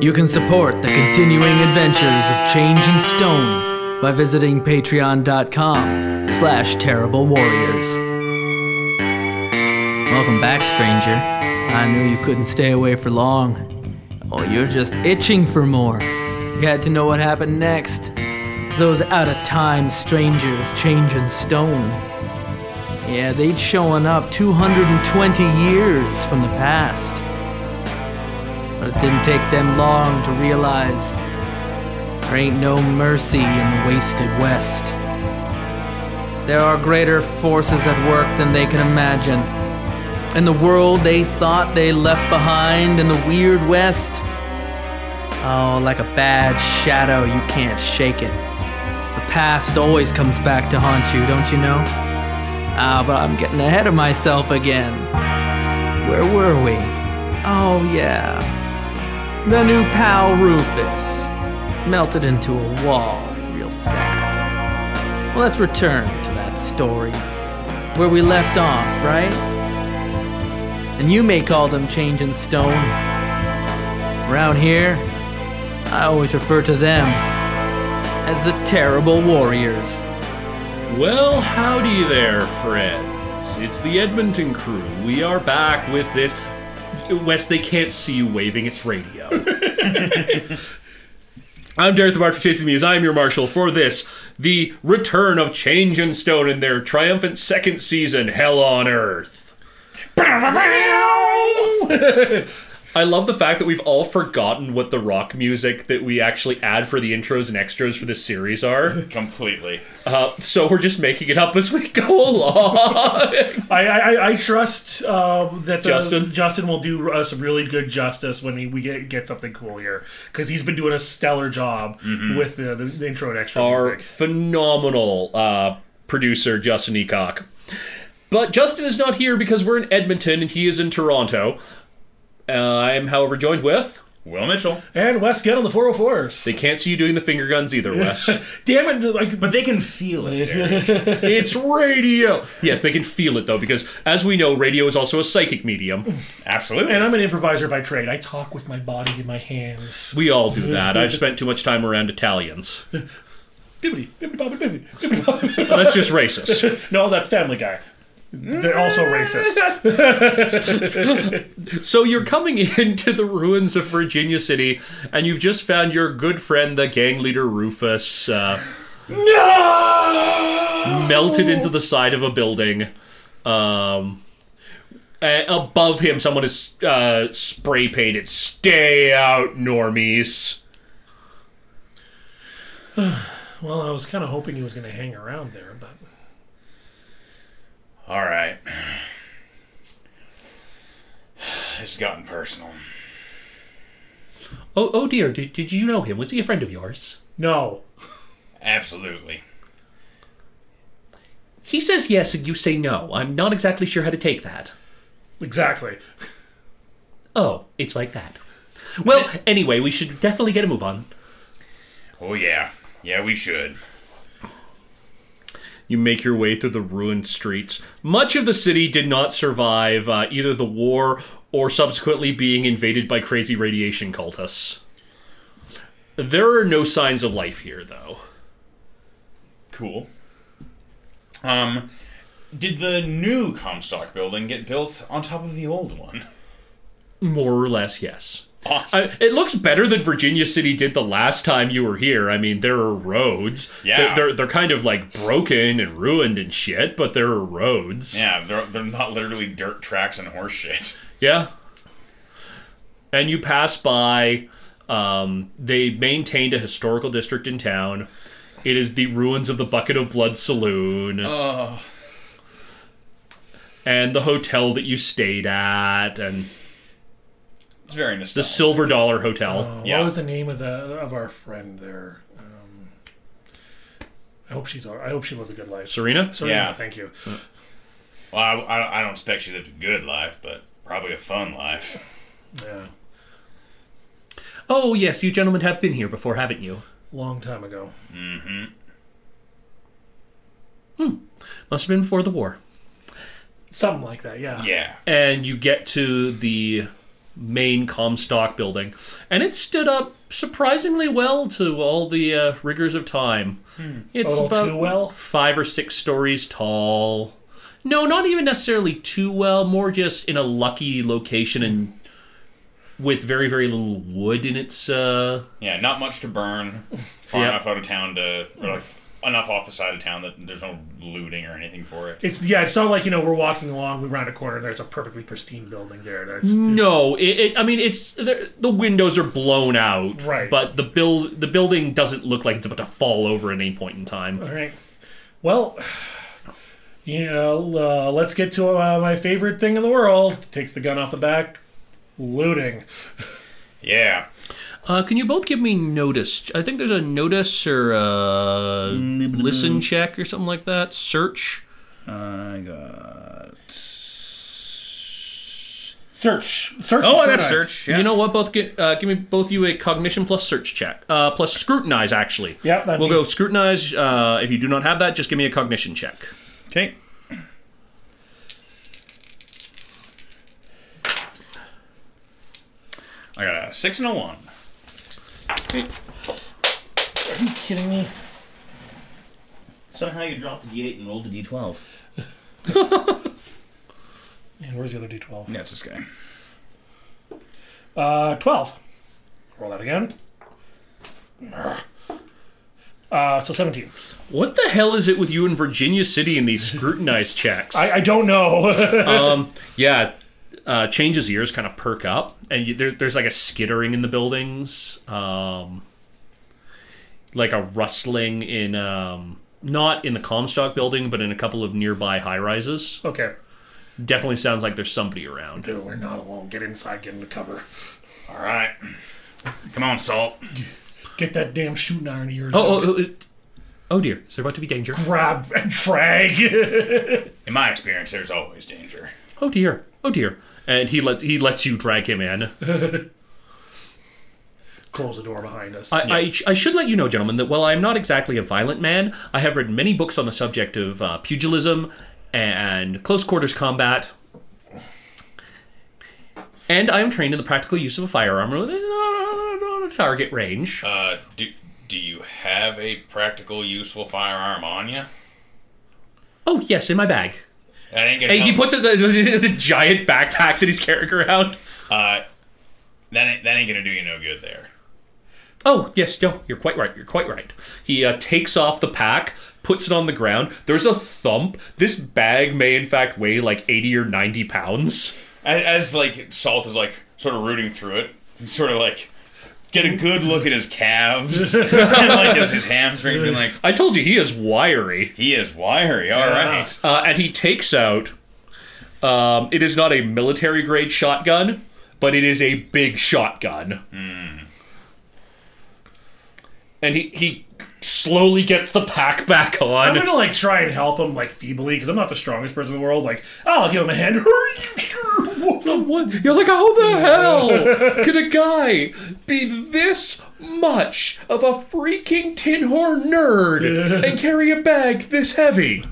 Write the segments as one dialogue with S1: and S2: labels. S1: You can support the continuing adventures of Change and Stone by visiting patreon.com slash terrible warriors. Welcome back, stranger. I knew you couldn't stay away for long. Oh, you're just itching for more. You had to know what happened next. To those out of time strangers, Change and Stone. Yeah, they'd shown up 220 years from the past. But it didn't take them long to realize there ain't no mercy in the wasted West. There are greater forces at work than they can imagine. And the world they thought they left behind in the weird West. Oh, like a bad shadow, you can't shake it. The past always comes back to haunt you, don't you know? Ah, but I'm getting ahead of myself again. Where were we? Oh, yeah. The new pal Rufus melted into a wall, real sad. Well, let's return to that story where we left off, right? And you may call them Change in Stone. Around here, I always refer to them as the Terrible Warriors.
S2: Well, howdy there, friends. It's the Edmonton crew. We are back with this. Wes, they can't see you waving its radio. I'm Dareth the Bard for Chasing Muse. I'm your marshal for this, the return of Change and Stone in their triumphant second season, Hell on Earth. I love the fact that we've all forgotten what the rock music that we actually add for the intros and extras for this series are.
S3: Completely.
S2: Uh, so we're just making it up as we go along.
S4: I, I, I- I trust uh, that the,
S2: Justin?
S4: Justin will do uh, some really good justice when he, we get get something cool here because he's been doing a stellar job with the, the, the intro and extra
S2: Our
S4: music.
S2: phenomenal uh, producer, Justin Eacock. But Justin is not here because we're in Edmonton and he is in Toronto. Uh, I am, however, joined with.
S3: Will Mitchell.
S4: And Wes get on the 404s.
S2: They can't see you doing the finger guns either, Wes.
S4: Damn it! Like,
S3: But they can feel it. Derek.
S2: it's radio. Yes, they can feel it though, because as we know, radio is also a psychic medium.
S3: Absolutely.
S4: and I'm an improviser by trade. I talk with my body and my hands.
S2: We all do that. I've spent too much time around Italians.
S4: Bibbidi, bibbidi, bobbidi, bibbidi, bibbidi, bobbidi.
S2: That's just racist.
S4: no, that's Family Guy. They're also racist.
S2: So you're coming into the ruins of Virginia City, and you've just found your good friend, the gang leader Rufus. Uh,
S3: no!
S2: melted into the side of a building. Um, a- above him, someone is uh, spray painted "Stay out, normies."
S4: Well, I was kind of hoping he was going to hang around there, but
S3: All right. This has gotten personal.
S2: Oh, oh dear! Did, did you know him? Was he a friend of yours?
S4: no.
S3: Absolutely.
S2: He says yes, and you say no. I'm not exactly sure how to take that.
S4: Exactly.
S2: Oh, it's like that. Well, anyway, we should definitely get a move on.
S3: Oh, yeah. Yeah, we should.
S2: You make your way through the ruined streets. Much of the city did not survive uh, either the war or subsequently being invaded by crazy radiation cultists. There are no signs of life here, though.
S3: Cool. Um, did the new Comstock building get built on top of the old one?
S2: More or less, yes.
S3: Awesome.
S2: I, it looks better than Virginia City did the last time you were here. I mean, there are roads.
S3: Yeah.
S2: They're, they're, they're kind of like broken and ruined and shit, but there are roads.
S3: yeah, they're, they're not literally dirt tracks and horse shit.
S2: Yeah. And you pass by. Um, they maintained a historical district in town. It is the ruins of the Bucket of Blood Saloon
S3: Oh,
S2: and the hotel that you stayed at and
S3: it's very
S2: the
S3: nostalgic.
S2: Silver Dollar Hotel.
S3: Yeah.
S4: What was the name of the of our friend there? Um, I hope she's. all- I hope she lived a good life.
S2: Serena?
S4: Serena,
S3: Yeah.
S4: thank you.
S3: Well, I, I, I don't expect she lived a good life, but probably a fun life.
S4: Yeah,
S2: Oh, yes, you gentlemen have been here before, haven't you?
S4: long time ago.
S2: Must have been before the war.
S4: Something like that. Yeah.
S3: Yeah.
S2: And you get to the main Comstock building, and it stood up surprisingly well to all the uh, rigors of time. It's
S4: A little
S2: about
S4: Hmm. too well.
S2: five or six stories tall. No, not even necessarily too well. More just in a lucky location and with very very little wood in its. Uh,
S3: Yeah, not much to burn. Far
S2: Yep.
S3: enough out of town to, or like enough off the side of town that there's no looting or anything for it.
S4: It's yeah. It's not like you know we're walking along, we round a corner, and there's a perfectly pristine building there. That's
S2: Mm. no, it, it. I mean, it's the the windows are blown out,
S4: Right.
S2: But the build the building doesn't look like it's about to fall over at any point in time.
S4: all right. Well, you know, uh, let's get to uh, my favorite thing in the world. Takes the gun off the back, looting.
S3: Yeah.
S2: Uh, can you both give me notice? I think there's a notice or a
S4: Mm-hmm.
S2: listen check or something like that. Search.
S5: I got. Oh,
S4: Search, search.
S5: I got
S4: scrutinize.
S5: search. Yeah.
S2: You know what? Both gi- uh, give me both you a cognition plus search check, uh, plus scrutinize. Actually,
S4: Yep, that'd
S2: we'll
S4: be-
S2: go scrutinize. Uh, if you do not have that, just give me a cognition check.
S5: okay.
S3: I got a six and a one.
S5: Are you kidding me? Somehow you dropped the D8 and rolled a D12.
S4: And where's the other d12?
S5: Yeah, it's this guy.
S4: Uh, twelve. Roll that again. Uh, so seventeen.
S2: What the hell is it with you in Virginia City and these scrutinize checks?
S4: I, I don't know.
S2: yeah, uh, changes ears kind of perk up, and you, there, there's like a skittering in the buildings, um, like a rustling in um, not in the Comstock building, but in a couple of nearby high rises.
S4: okay.
S2: Definitely sounds like there's somebody around.
S4: Dude, we're not alone. Get inside. Get into cover.
S3: All right. Come on, Salt.
S4: Get that damn shooting iron of yours.
S2: Oh, oh,
S4: out.
S2: oh, it- oh dear! Is there about to be danger?
S4: grab and drag.
S3: In my experience, there's always danger.
S2: Oh dear! Oh dear! And he lets he lets you drag him in.
S4: Close the door behind us.
S2: I, I, sh- I should let you know, gentlemen, that while I'm not exactly a violent man, I have read many books on the subject of uh, pugilism and close quarters combat. And I am trained in the practical use of a firearm within a target range.
S3: Uh, do, do you have a practical, useful firearm on you?
S2: oh, yes, in my bag.
S3: That ain't gonna.
S2: Hey, he
S3: help.
S2: puts it the, the, the giant backpack that he's carrying around.
S3: uh, that ain't that ain't gonna do you no good there.
S2: Oh, yes, no, you're quite right. You're quite right. He uh, takes off the pack, puts it on the ground. There's a thump. This bag may, in fact, weigh like 80 or 90 pounds.
S3: As, as like Salt is like sort of rooting through it, he's sort of like get a good look at his calves and like his, his hamstrings, being like,
S2: I told you he is wiry,
S3: he is wiry. All right.
S2: uh, and he takes out. Um, it is not a military grade shotgun, but it is a big shotgun.
S4: Hmm.
S2: And he he slowly gets the pack back
S4: I'm
S2: on.
S4: gonna like try and help him like feebly because I'm not the strongest person in the world. Like, oh, I'll give him a hand.
S2: You're like, how the hell could a guy be this much of a freaking tin horn nerd and carry a bag this heavy?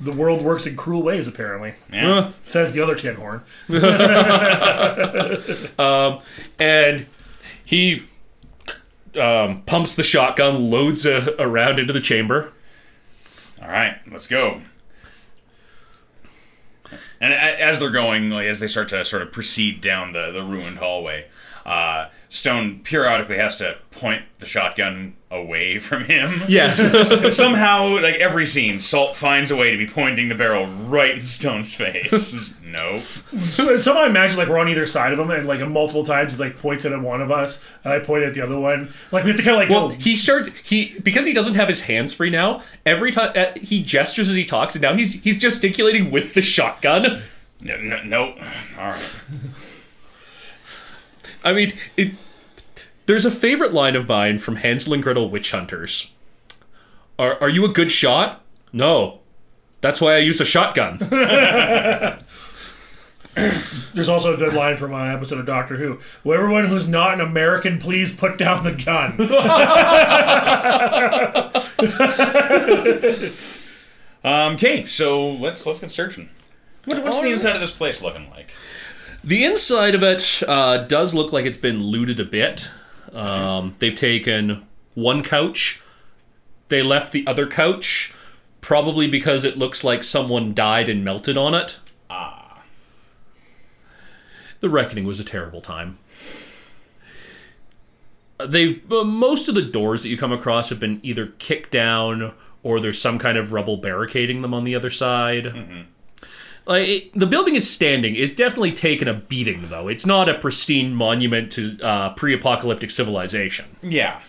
S4: the world works in cruel ways, apparently.
S3: Yeah.
S2: Uh,
S4: Says the other tin horn.
S2: and he um, pumps the shotgun, loads a, a round into the chamber.
S3: All right, let's go. And a- as they're going, like as they start to sort of proceed down the, the ruined hallway, uh, Stone periodically has to point the shotgun away from him.
S2: Yes,
S3: Somehow, like every scene, Salt finds a way to be pointing the barrel right in Stone's face. no.
S4: Somehow I imagine like we're on either side of him and like multiple times he like points it at one of us and I point at the other one. Like we have to kind of like
S2: well,
S4: go.
S2: he started he because he doesn't have his hands free now. Every time uh, he gestures as he talks, and now he's he's gesticulating with the shotgun.
S3: No, no, no. All right.
S2: I mean, it, there's a favorite line of mine from Hansel and Gretel Witch Hunters. Are are you a good shot? No. That's why I used a shotgun.
S4: There's also a good line from an episode of Doctor Who. Well, everyone who's not an American, please put down the gun.
S3: Um, okay, so let's let's get searching. What, what's the inside of this place looking like?
S2: The inside of it uh, does look like it's been looted a bit. Um, they've taken one couch. They left the other couch, probably because it looks like someone died and melted on it. Ah. The reckoning was a terrible time. They uh, most of the doors that you come across have been either kicked down or there's some kind of rubble barricading them on the other side. Like it, the building is standing. It's definitely taken a beating, though. It's not a pristine monument to uh, pre-apocalyptic civilization.
S3: Yeah.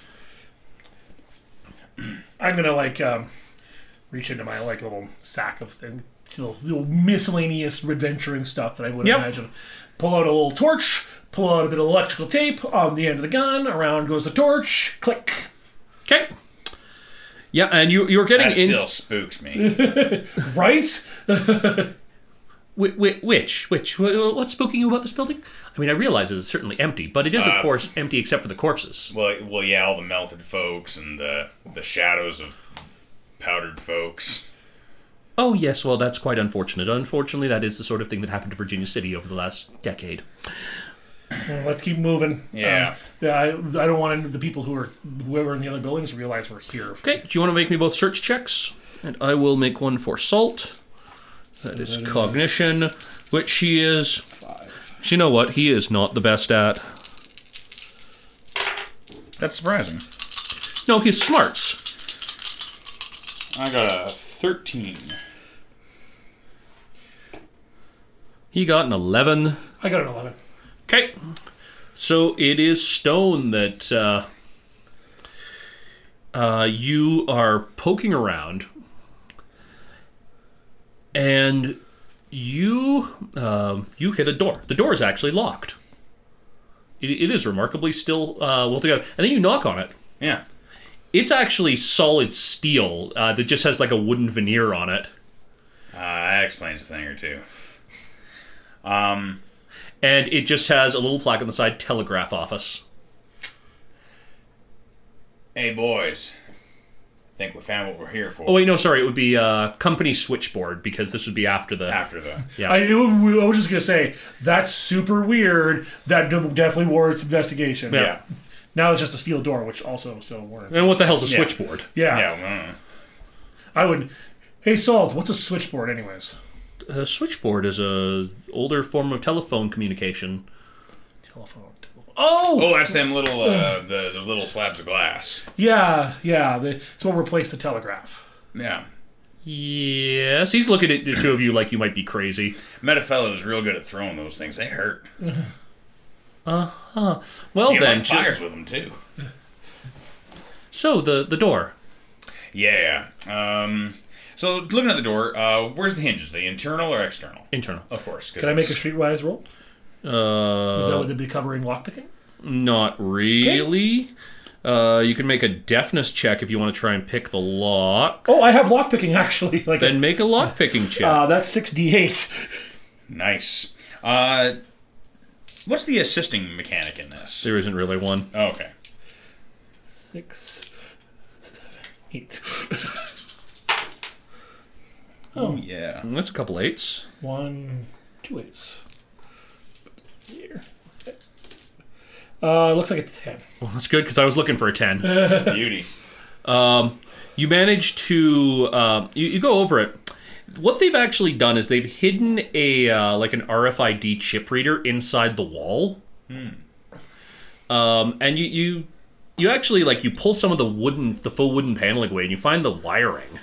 S4: I'm gonna like um, reach into my like little sack of thing, little, little miscellaneous adventuring stuff that I would
S2: Yep.
S4: imagine. Pull out a little torch, pull out a bit of electrical tape on the end of the gun. Around goes the torch. Click.
S2: Okay. Yeah, and you you're getting
S3: That
S2: in
S3: still spooks me.
S4: Right.
S2: whi- whi- which which wh- wh- what's spooking you about this building? I mean, I realize it's certainly empty, but it is of course empty except for the corpses.
S3: well, well, yeah, all the melted folks and the the shadows of powdered folks.
S2: Oh yes, well that's quite unfortunate. Unfortunately, that is the sort of thing that happened to Virginia City over the last decade.
S4: Well, let's keep moving.
S3: Yeah.
S4: Um, yeah. I, I don't want the people who are whoever in the other buildings to realize we're here.
S2: Okay, do you want to make me both search checks? And I will make one for Salt. That is cognition, which she is. Do you know what? He is not the best at.
S3: That's surprising.
S2: No, he's smarts.
S3: I got a thirteen.
S2: He got an 11.
S4: I got an eleven.
S2: Okay. So it is Stone that uh, uh, you are poking around, and you um, you hit a door. The door is actually locked. It, it is remarkably still uh, well together. And then you knock on it.
S3: Yeah.
S2: It's actually solid steel uh, that just has like a wooden veneer on it.
S3: Uh, that explains a thing or two.
S2: and it just has a little plaque on the side telegraph office
S3: Hey, boys. Think we found what we're here for.
S2: oh wait no sorry it would be uh, company switchboard because this would be after the
S3: After the
S2: yeah
S4: I, it wa- I was just gonna say that's super weird. That de- definitely warrants investigation.
S2: Yeah.
S3: yeah,
S4: Now it's just a steel door, which also still warrants.
S2: and what the hell's a switchboard
S4: Yeah.
S3: yeah. mm.
S4: I would. Hey, Salt, what's a switchboard, anyways?
S2: a switchboard is a older form of telephone communication
S4: Telephone. telephone. Oh,
S3: Oh, that's them little uh, the, the little slabs of glass.
S4: yeah, yeah. The, it's what replaced the telegraph.
S3: Yeah.
S2: yes he's looking at the two of you like you might be crazy
S3: Met a fellow who's real good at throwing those things. They hurt.
S2: well
S3: You
S2: then
S3: light
S2: ju-
S3: fires with them too.
S2: so the the door
S3: Yeah. Um, so looking at the door, uh, where's the hinges? The internal or external?
S2: internal
S3: Of course. 'cause
S4: Can I make a
S3: it's-
S4: streetwise roll?
S2: uh
S4: Is that what they'd be covering lockpicking?
S2: not really uh you can make a deafness check if you want to try and pick the lock
S4: Oh, I have lockpicking actually. Like,
S2: then make a lock picking check
S4: uh, that's six d eight.
S3: nice? Uh, what's the assisting mechanic in this?
S2: there isn't really one
S3: Okay.
S4: Six, seven, eight.
S3: Oh yeah.
S2: That's a couple eights.
S4: One, two eights. Here. Uh, looks like a ten.
S2: Well, that's good because I was looking for a ten.
S3: Beauty.
S2: you manage to uh, you, you go over it. What they've actually done is they've hidden a uh, like an RFID chip reader inside the wall. Um, and you you you actually like you pull some of the wooden the full wooden paneling away and you find the wiring.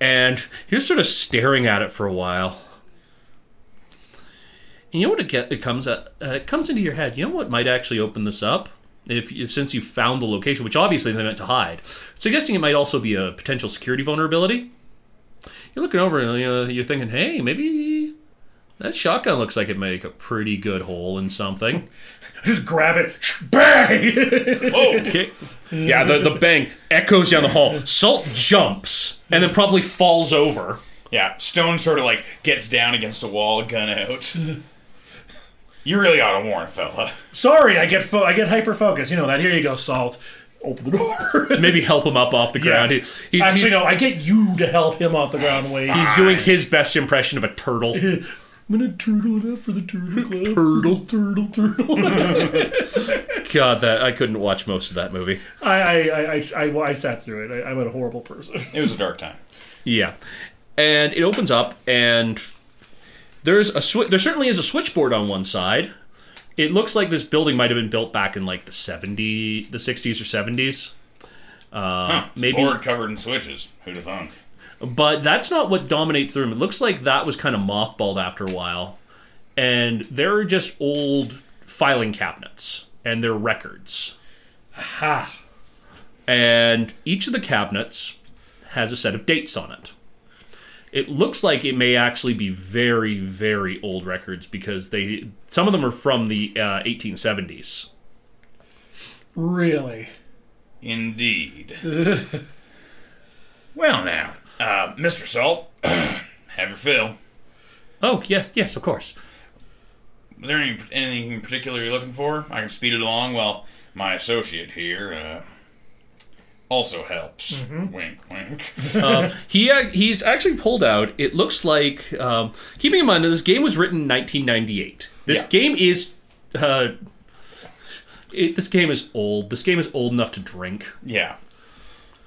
S2: and you're sort of staring at it for a while. And you know what it, get, it comes at, uh, it comes into your head. You know what might actually open this up if you- since you found the location, which obviously they meant to hide, suggesting it might also be a potential security vulnerability. You're looking over and you know, you're thinking, hey, maybe that shotgun looks like it make a pretty good hole in something.
S4: Just grab it, bang!
S2: Okay. Yeah, the, the bang echoes down the hall. Salt jumps and then probably falls over.
S3: Yeah. Stone sort of like gets down against a wall, gun out. you really ought to warn a fella.
S4: Sorry, I get fo- I get hyper focused. You know that. Here you go, salt. open the door.
S2: Maybe help him up off the ground. He- he-
S4: Actually,
S2: he's,
S4: no, I get you to help him off the ground. Wait, I'm
S2: he's doing his best impression of a turtle.
S4: gonna turtle it up for the turtle club. turtle, turtle, turtle.
S2: God, that I couldn't watch most of that movie.
S4: I, I, I, I, I, I sat through it. I, I'm a horrible person.
S3: It was a dark time.
S2: Yeah, and it opens up, and there's a swi- there certainly is a switchboard on one side. It looks like this building might have been built back in like the seventy, the sixties or seventies.
S3: Huh, it's
S2: maybe-
S3: a board covered in switches. Who'd have thunk?
S2: But that's not what dominates the room. It looks like that was kind of mothballed after a while. And they're just old filing cabinets and their records.
S4: Ha.
S2: And each of the cabinets has a set of dates on it. It looks like it may actually be very, very old records because they some of them are from the uh, 1870s.
S4: Really?
S3: Indeed. well, now, uh, Mr. Salt, have your fill.
S2: Oh yes, yes, of course.
S3: Was there any, anything in particular you're looking for? I can speed it along while my associate here uh, also helps. Wink, wink.
S2: He ac- he's actually pulled out. It looks like um, keeping in mind that this game was written in 1998. This
S3: Yeah.
S2: game is uh, it, this game is old. This game is old enough to drink.
S3: yeah.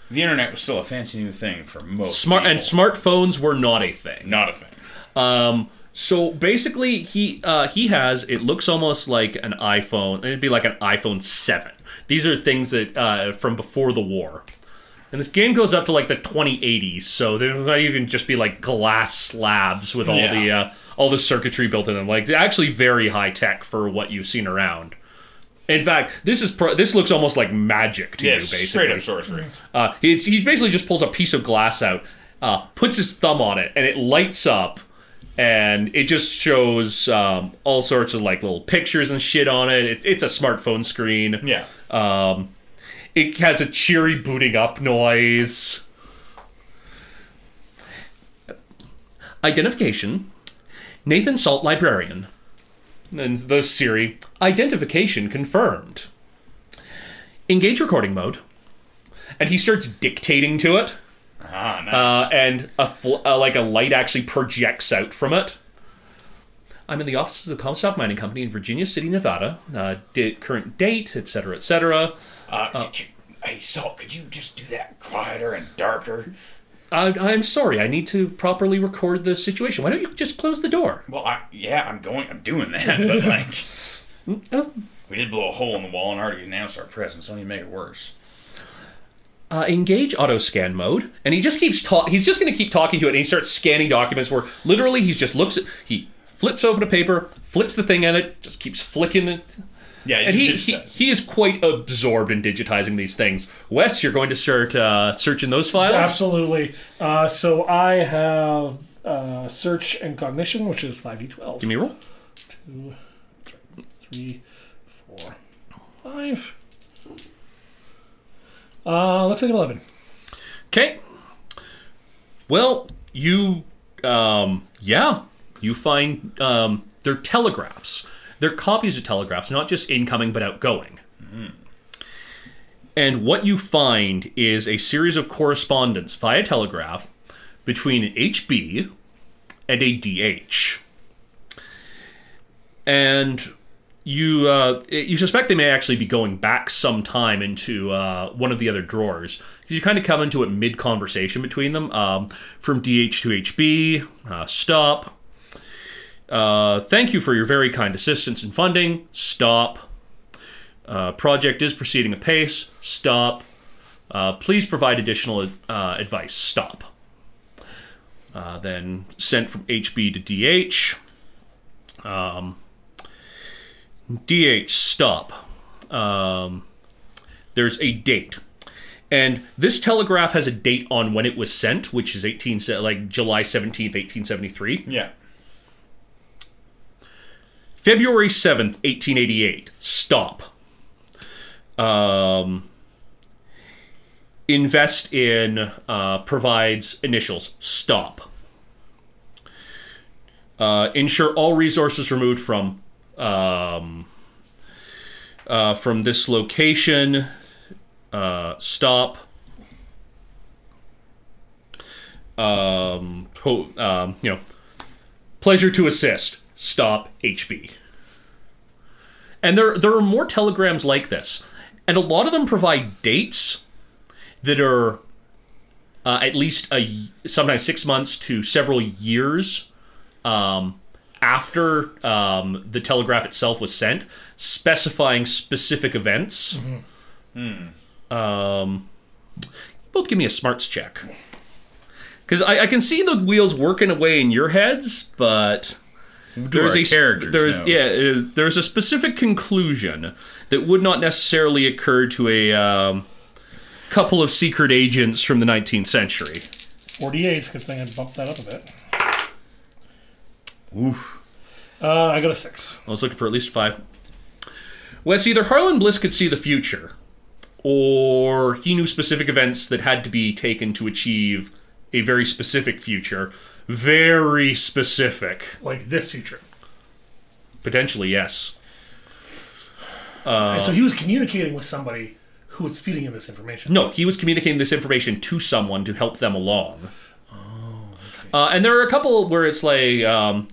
S3: The internet was still a fancy new thing for most
S2: Smart and
S3: people.
S2: smartphones were not a thing.
S3: Not a thing.
S2: So basically, he uh, he has it looks almost like an iPhone. It'd be like an iPhone seven. These are things that uh, from before the war. And this game goes up to like the 2080s, so they might even just be like glass slabs with all
S3: Yeah.
S2: the uh, all the circuitry built in them. Like they're actually very high tech for what you've seen around. In fact, this is pro- this looks almost like magic to
S3: Yeah,
S2: you, basically.
S3: straight up sorcery.
S2: Uh, he's, he basically just pulls a piece of glass out, uh, puts his thumb on it, and it lights up, and it just shows um, all sorts of like little pictures and shit on it. it it's a smartphone screen.
S3: Yeah.
S2: Um, it has a cheery booting up noise. Identification Nathan Salt Librarian. And the Siri Identification confirmed. Engage recording mode. And he starts dictating to it,
S3: Ah,
S2: uh,
S3: nice.
S2: and a fl- uh, like a light actually projects out from it. I'm in the offices of the Comstock Mining Company in Virginia City, Nevada. Uh, di- current date, etc., etc.
S3: Uh, c- c- hey, Salt, could you just do that quieter and darker?
S2: I, Uh, I'm sorry. I need to properly record the situation. Why don't you just close the door?
S3: Well, I, yeah, I'm going, I'm doing that, but like,
S2: Oh.
S3: we did blow a hole in the wall and already announced our presence. Don't even make it worse.
S2: Uh, engage auto scan mode, and he just keeps talk. He's just going to keep talking to it, and he starts scanning documents. Where literally, he's just looks at he flips open a paper, flips the thing at it, just keeps flicking it.
S3: Yeah,
S2: And he, he, he is quite absorbed in digitizing these things. Wes, you're going to start uh, searching those files.
S4: Absolutely. Uh, so I have uh, search and cognition, which is five d twelve.
S2: Give me a roll.
S4: three, four, five. Uh, let's take eleven.
S2: Okay. Well, you, um, yeah, you find um, they're telegraphs. They're copies of telegraphs, not just incoming but outgoing. And what you find is a series of correspondence via telegraph between an HB and a DH. And you uh, you suspect they may actually be going back sometime into uh, one of the other drawers because you kind of come into it mid conversation between them um, from DH to HB. Uh, stop. Uh, thank you for your very kind assistance and funding. Stop. Uh, project is proceeding apace. Stop. Uh, please provide additional uh, advice. Stop. Uh, then sent from HB to DH. DH, stop. Um, there's a date. And this telegraph has a date on when it was sent, which is 18, se- like July 17th, 1873.
S3: yeah.
S2: February 7th, 1888. Stop. Um, invest in uh, provides initials. Stop. Uh, ensure all resources removed from um, uh, from this location. uh, stop. Um, ho- um, you know, pleasure to assist. Stop HB. And there there are more telegrams like this, and a lot of them provide dates that are uh, at least a y- sometimes six months to several years um, after um, the telegraph itself was sent, specifying specific events.
S3: Mm-hmm.
S2: Um, both give me a smarts check. Because I, I can see the wheels working away in your heads, but there's
S3: our
S2: a
S3: characters
S2: there's
S3: know?
S2: yeah uh, there's a specific conclusion that would not necessarily occur to a um, couple of secret agents from the 19th century.
S4: 48, because I bumped that up a bit. Oof. Uh, I got a six.
S2: I was looking for at least five. Wes, either Harlan Bliss could see the future, or he knew specific events that had to be taken to achieve a very specific future. Very specific.
S4: Like this future.
S2: Potentially, yes. Uh.
S4: And so he was communicating with somebody who was feeding him this information.
S2: No, he was communicating this information to someone to help them along. Oh, uh, and there are a couple where it's like, um,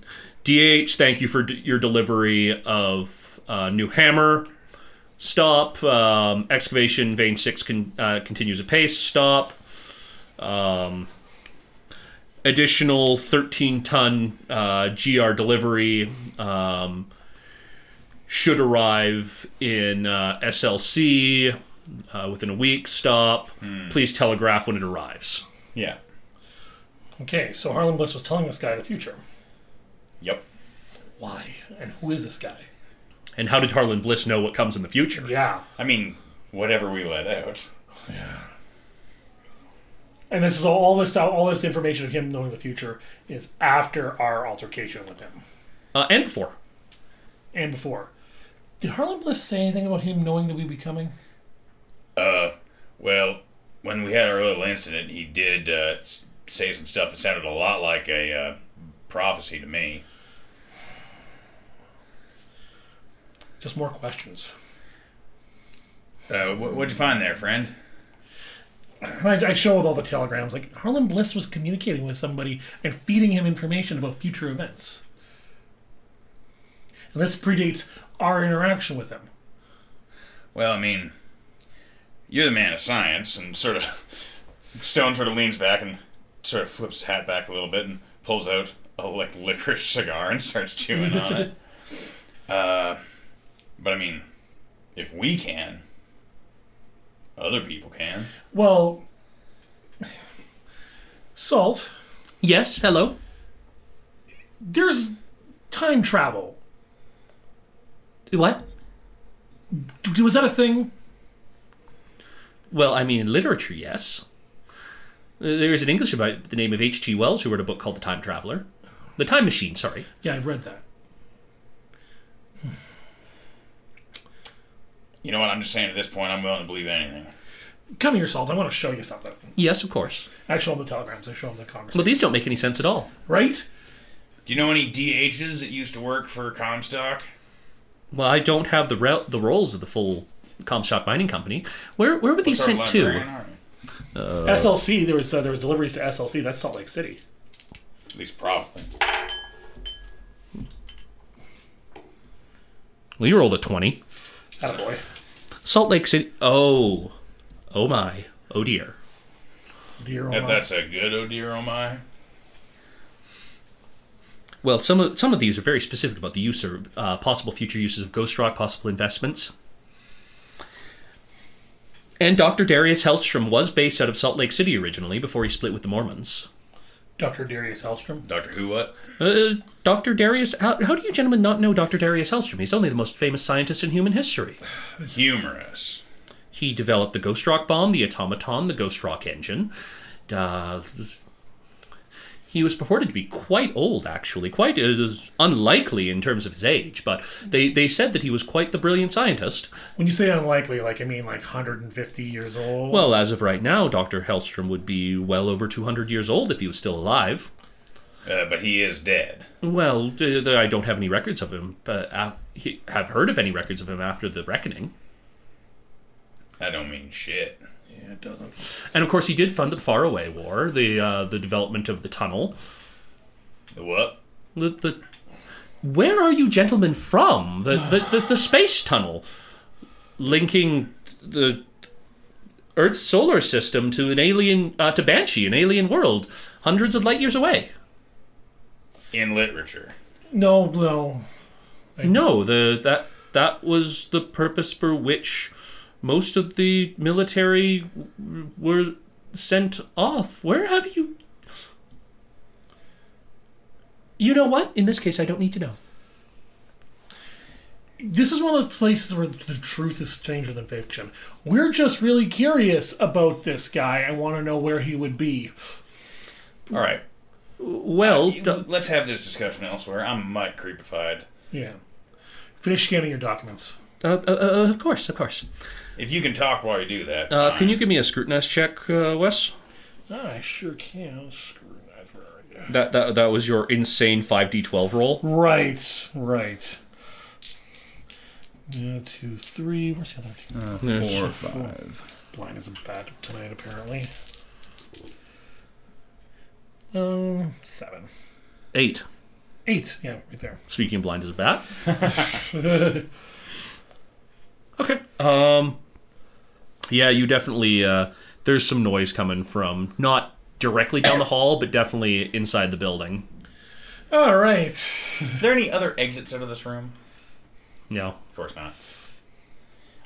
S2: DH, thank you for d- your delivery of uh, new hammer. Stop. Um, excavation vein six con- uh, continues apace. Stop. Um, additional 13 ton uh, GR delivery um, should arrive in uh, SLC uh, within a week. Stop. Please telegraph when it arrives.
S3: Yeah.
S2: Mm.
S4: Okay, so Harlan Bliss was telling this guy the future.
S3: Yep.
S4: Why? And who is this guy?
S2: And how did Harlan Bliss know what comes in the future?
S4: Yeah.
S3: I mean, whatever we let out.
S4: And this is all, all this all this information of him knowing the future is after our altercation with him
S2: Uh, and before.
S4: and before. Did Harlan Bliss say anything about him knowing that we'd be coming?
S3: Well, when we had our little incident, he did uh, s- say some stuff that sounded a lot like a uh, prophecy to me.
S4: Just more questions.
S3: Uh, wh- what'd you find there, friend?
S4: And I, I show with all the telegrams like Harlan Bliss was communicating with somebody and feeding him information about future events. And this predates our interaction with him.
S3: Well, I mean, you're the man of science, and sort of Stone sort of leans back and sort of flips his hat back a little bit and pulls out a like licorice cigar and starts chewing on it. Uh, but I mean, if we can, other people can.
S4: Well, Salt,
S2: Yes, hello.
S4: there's time travel.
S2: What?
S4: D- Was that a thing?
S2: Well, I mean, in literature, yes. Uh, There is an English about the name of H.G. Wells who wrote a book called The Time Traveler. The Time Machine, sorry.
S4: Yeah, I've read that.
S3: You know what? I'm just saying at this point, I'm willing to believe anything.
S4: Come here, Salt. I want to show you something.
S2: Yes, of course.
S4: I show him the telegrams. I show him the conversation.
S2: But these don't make any sense at all.
S4: right?
S3: Do you know any DHs that used to work for Comstock?
S2: Well, I don't have the re- the roles of the full Comstock Mining Company. Where where were these
S3: Sort of
S2: sent
S3: librarian,
S2: to?
S3: aren't you?
S4: SLC. There was uh, there was deliveries to SLC. That's Salt Lake City.
S3: At least probably.
S2: Well, you rolled a 20.
S4: Attaboy. boy.
S2: Salt Lake City. Oh. Oh my. Oh dear.
S4: Dear, oh
S3: If
S4: my.
S3: that's a good oh dear oh my.
S2: Well, some of some of these are very specific about the use of uh, possible future uses of Ghost Rock, possible investments. And Dr. Darius Hellstrom was based out of Salt Lake City originally before he split with the Mormons.
S4: Dr. Darius Hellstrom.
S3: Doctor Who what?
S2: Uh, Dr. Darius, how, how do you gentlemen not know Dr. Darius Hellstrom? He's only the most famous scientist in human history.
S3: Humorous.
S2: He developed the Ghost Rock bomb, the automaton, the Ghost Rock engine. Uh, he was purported to be quite old, actually, quite uh, unlikely in terms of his age, but they, they said that he was quite the brilliant scientist.
S4: When you say unlikely, like I mean like 150 years old.
S2: Well, as of right now, Dr. Hellstrom would be well over 200 years old if he was still alive.
S3: Uh, but he is dead.
S2: Well, th- th- I don't have any records uh, of him, but I he- have heard of any records of him after the reckoning.
S3: That don't mean shit.
S4: Yeah, it doesn't.
S2: And of course, he did fund the Faraway War, the uh, the development of the tunnel.
S3: The what?
S2: The, the where are you gentlemen from? The the, the the space tunnel linking the Earth's solar system to an alien uh, to Banshee, an alien world, hundreds of light years away.
S3: In literature.
S4: No, no.
S2: No, the that that was the purpose for which most of the military w- were sent off. Where have you? You know what? In this case, I don't need to know.
S4: This is one of those places where the truth is stranger than fiction. We're just really curious about this guy. I want to know where he would be.
S3: All right.
S2: Well, d-
S3: Let's have this discussion elsewhere. I'm mud creepified.
S4: Yeah. Finish scanning your documents.
S2: uh, uh, uh, of course, of course.
S3: If you can talk while you do that,
S2: Uh,
S3: fine.
S2: can you give me a scrutinize check, uh, Wes?
S4: I sure can. Screw that. Where are you?
S2: That that that was your insane five d twelve roll.
S4: Right, right. Yeah, two, three. Where's the other
S5: Four,
S4: two?
S5: five.
S4: Blind is bad tonight, apparently. Um, seven.
S2: Eight.
S4: Eight. Yeah, right there.
S2: Speaking blind as a bat. okay. Um. Yeah, you definitely. Uh, there's some noise coming from not directly down the hall, but definitely inside the building.
S4: All right.
S3: Are there any other exits out of this room?
S2: No,
S3: Of course not.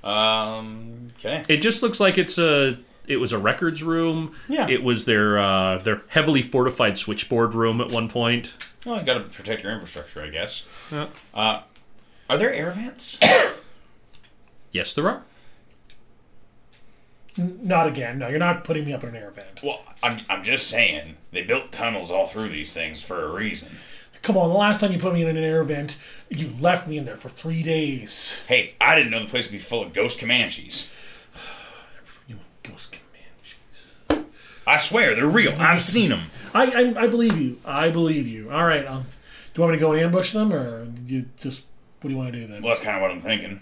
S3: Um. Okay.
S2: it just looks like it's a. It was a records room.
S3: Yeah.
S2: It was their uh, their heavily fortified switchboard room at one point.
S3: Well, you got to protect your infrastructure, I guess.
S2: Yeah.
S3: Uh, are there air vents?
S2: Yes, there are.
S4: Not again. No, you're not putting me up in an air vent.
S3: well, I'm, I'm just saying they built tunnels all through these things for a reason.
S4: Come on, the last time you put me in an air vent, you left me in there for three days.
S3: Hey, I didn't know the place would be full of ghost Comanches.
S4: You ghost command.
S3: I swear they're real. I've seen them.
S4: I, I, I believe you. I believe you. All right. Um, do you want me to go and ambush them, or do you just what do you want to do then?
S3: Well, that's kind of what I'm thinking.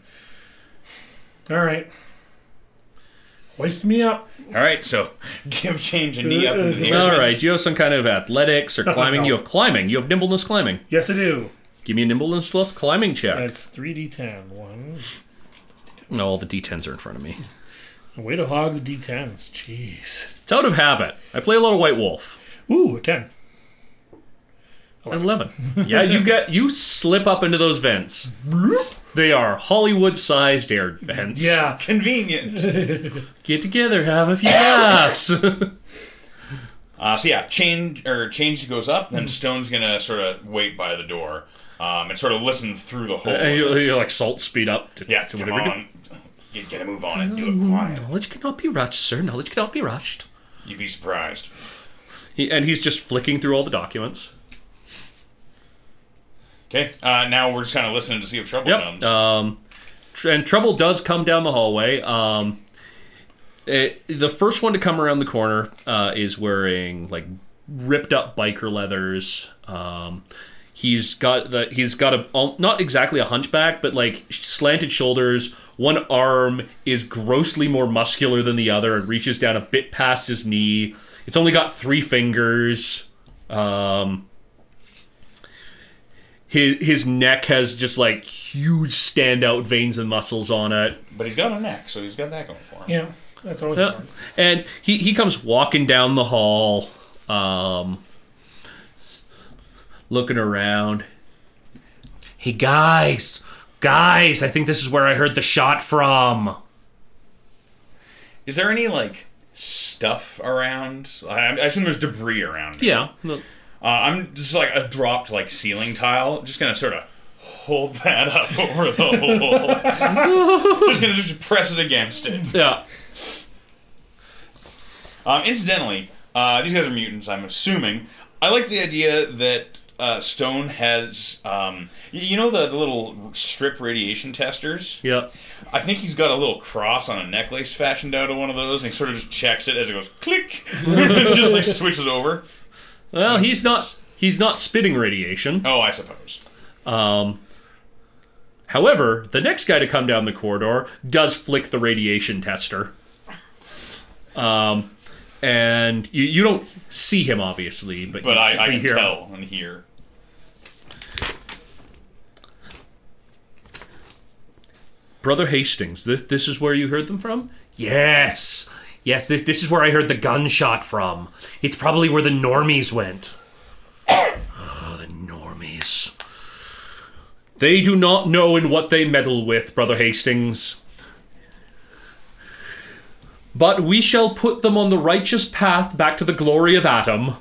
S4: All right. Waste me up.
S3: All right, so give change a knee up in the air.
S2: All
S3: vent.
S2: right. You have some kind of athletics or climbing. You have climbing. You have nimbleness climbing.
S4: Yes, I do.
S2: Give me a nimbleness plus climbing check.
S4: That's three d10. One.
S2: No, all the d10s are in front of me.
S4: Way to hog the d10s. Jeez.
S2: It's out of habit. I play a lot of White Wolf.
S4: Ooh, a ten.
S3: Oh.
S2: At Eleven. Yeah, you get you slip up into those vents. They are Hollywood-sized air vents.
S4: Yeah.
S3: Convenient.
S2: Get together, have a few laughs.
S3: Uh, so yeah, change or change goes up, then Stone's gonna sort of wait by the door um, and sort of listen through the hole.
S2: and Uh, you, you like salt speed up. To,
S3: yeah,
S2: to
S3: come
S2: whatever.
S3: on, get, get a move on and do it quiet.
S2: Knowledge cannot be rushed, sir. Knowledge cannot be rushed.
S3: You'd be surprised.
S2: He, and he's just flicking through all the documents.
S3: Okay, uh, now we're just kind of listening to see if trouble
S2: Yep.
S3: comes.
S2: Um, tr- and trouble does come down the hallway. Um, it- the first one to come around the corner uh, is wearing like ripped up biker leathers. Um, he's got the he's got a um, not exactly a hunchback, but like slanted shoulders. One arm is grossly more muscular than the other and reaches down a bit past his knee. It's only got three fingers. Um, his his neck has just like huge standout veins and muscles on it.
S3: but he's got a neck, so he's got that going for him.
S4: Yeah. That's always important.
S2: And he, he comes walking down the hall, um, looking around. Hey guys, guys, I think this is where I heard the shot from.
S3: Is there any like stuff around? I, I assume there's debris around.
S2: Yeah, look,
S3: Uh, I'm just like a dropped like ceiling tile. Just gonna sort of hold that up over the hole. just gonna just press it against it.
S2: yeah.
S3: Um, incidentally, uh, these guys are mutants. I'm assuming. I like the idea that uh, Stone has. Um, y- you know the, the little strip radiation testers.
S2: Yeah.
S3: I think he's got a little cross on a necklace fashioned out of one of those, and he sort of just checks it as it goes click, and just like switches over.
S2: Well, he's not he's not spitting radiation.
S3: Oh, I suppose.
S2: Um, However, the next guy to come down the corridor does flick the radiation tester. Um, and you, you don't see him, obviously, but,
S3: But
S2: you,
S3: I, I
S2: you
S3: can
S2: hear him.
S3: tell and hear.
S2: Brother Hastings, this, this is where you heard them from? Yes. Yes, this, this is where I heard the gunshot from. It's probably where the normies went. oh, the normies. They do not know in what they meddle with, Brother Hastings. But we shall put them on the righteous path back to the glory of Adam.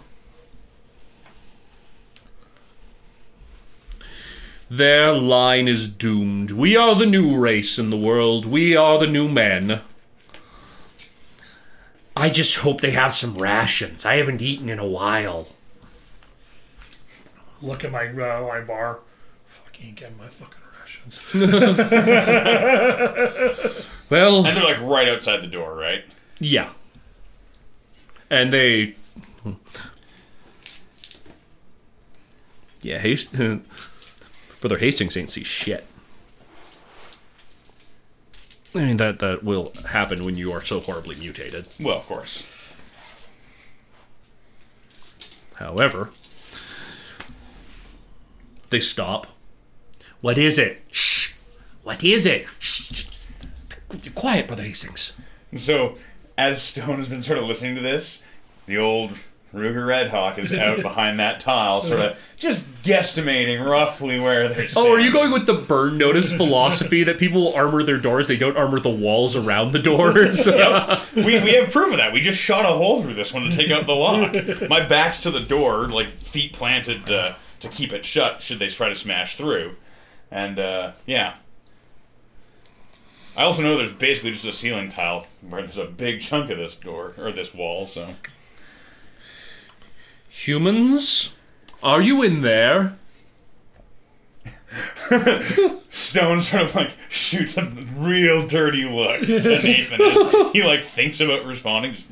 S2: Their line is doomed. We are the new race in the world. We are the new men. I just hope they have some rations. I haven't eaten in a while.
S4: Look at my uh, my bar. Fucking get my fucking rations.
S2: Well,
S3: And they're like right outside the door, right?
S2: yeah. And they. Yeah, Hast- Brother Hastings ain't see shit. I mean, that, that will happen when you are so horribly mutated.
S3: Well, of course.
S2: However, they stop. What is it? Shh. What is it? Shh. Quiet, Brother Hastings.
S3: So, as Stone has been sort of listening to this, the old Ruger Red Hawk is out behind that tile, sort of just guesstimating roughly where they're.
S2: Oh, are you
S3: standing.
S2: going with the burn notice philosophy that people will armor their doors, they don't armor the walls around the doors?
S3: we, we have proof of that. We just shot a hole through this one to take out the lock. My back's to the door, like feet planted uh, to keep it shut. Should they try to smash through? And uh, yeah, I also know there's basically just a ceiling tile where there's a big chunk of this door or this wall. So
S2: Humans, are you in there?
S3: Stone sort of like shoots a real dirty look to Nathan. As he like thinks about responding. Just,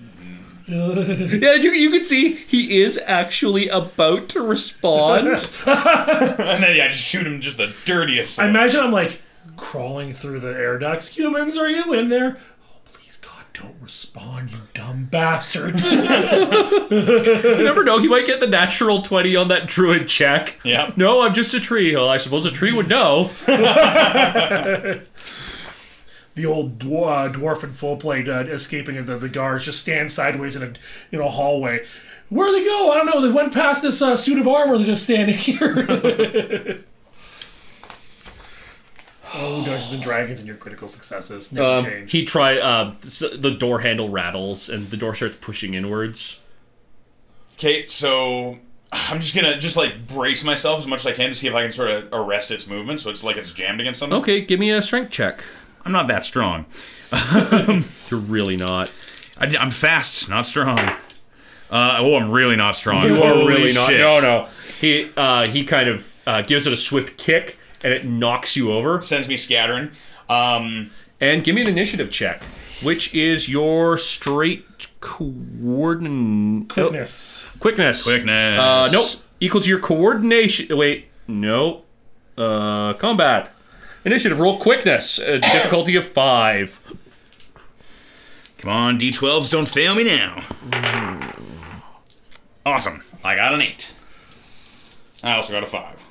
S2: Yeah, you, you can see he is actually about to respond.
S3: And then yeah, just shoot him just the dirtiest.
S4: I
S3: look.
S4: imagine I'm like crawling through the air ducts. Humans, are you in there? Oh, please, God, don't respond, you dumb bastard.
S2: you never know, he might get the natural 20 on that druid check.
S3: yeah.
S2: No, I'm just a tree. Well, I suppose a tree would know.
S4: the old dwar- uh, dwarf in full plate uh, escaping the, the guards just stand sideways in a you know hallway. Where would they go? I don't know. They went past this uh, suit of armor. They're just standing here. oh, Dungeons and Dragons and your critical successes never
S2: Um,
S4: change.
S2: he try uh, s- the door handle rattles and the door starts pushing inwards.
S3: Okay, so I'm just gonna just like brace myself as much as I can to see if I can sort of arrest its movement, so it's like it's jammed against something.
S2: Okay, give me a strength check.
S3: Oh. I'm not that strong.
S2: You're really not.
S3: I, am fast, not strong. Uh, oh, I'm really not strong.
S2: You are
S3: Holy
S2: really not.
S3: shit.
S2: No, no. He uh, he kind of uh, gives it a swift kick and it knocks you over.
S3: Sends me scattering. Um,
S2: And give me an initiative check, which is your straight coordinate
S4: Quickness.
S2: quickness.
S3: quickness.
S2: Uh, nope. Equal to your coordination. Wait, no. Uh, combat. Initiative roll quickness. Uh, difficulty of five.
S3: Come on, D12s, don't fail me now. Awesome. I got an eight. I also got a five.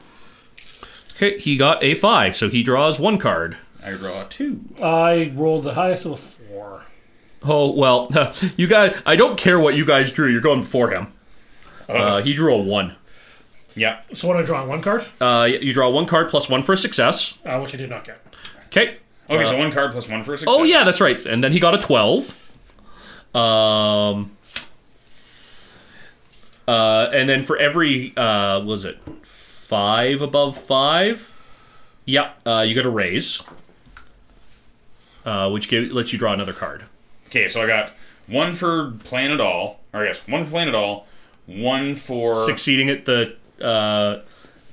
S2: Okay, he got a five, so he draws one card.
S3: I draw a two.
S4: I rolled the highest of a four.
S2: Oh well, you guys. I don't care what you guys drew. You're going for him. Uh, he drew a one.
S3: Yep.
S4: So what? I draw one card,
S2: Uh, you draw one card plus one for a success.
S4: uh, which I did not get.
S2: Okay.
S3: Okay, so one card plus one for a success.
S2: Uh, Oh yeah, that's right. And then he got a twelve. Um. Uh, and then for every uh, what was it five above five? Yeah, uh, you get a raise, uh, which give, lets you draw another card.
S3: Okay, so I got one for playing it all, or yes, one for playing it all, one for
S2: Succeeding at the uh,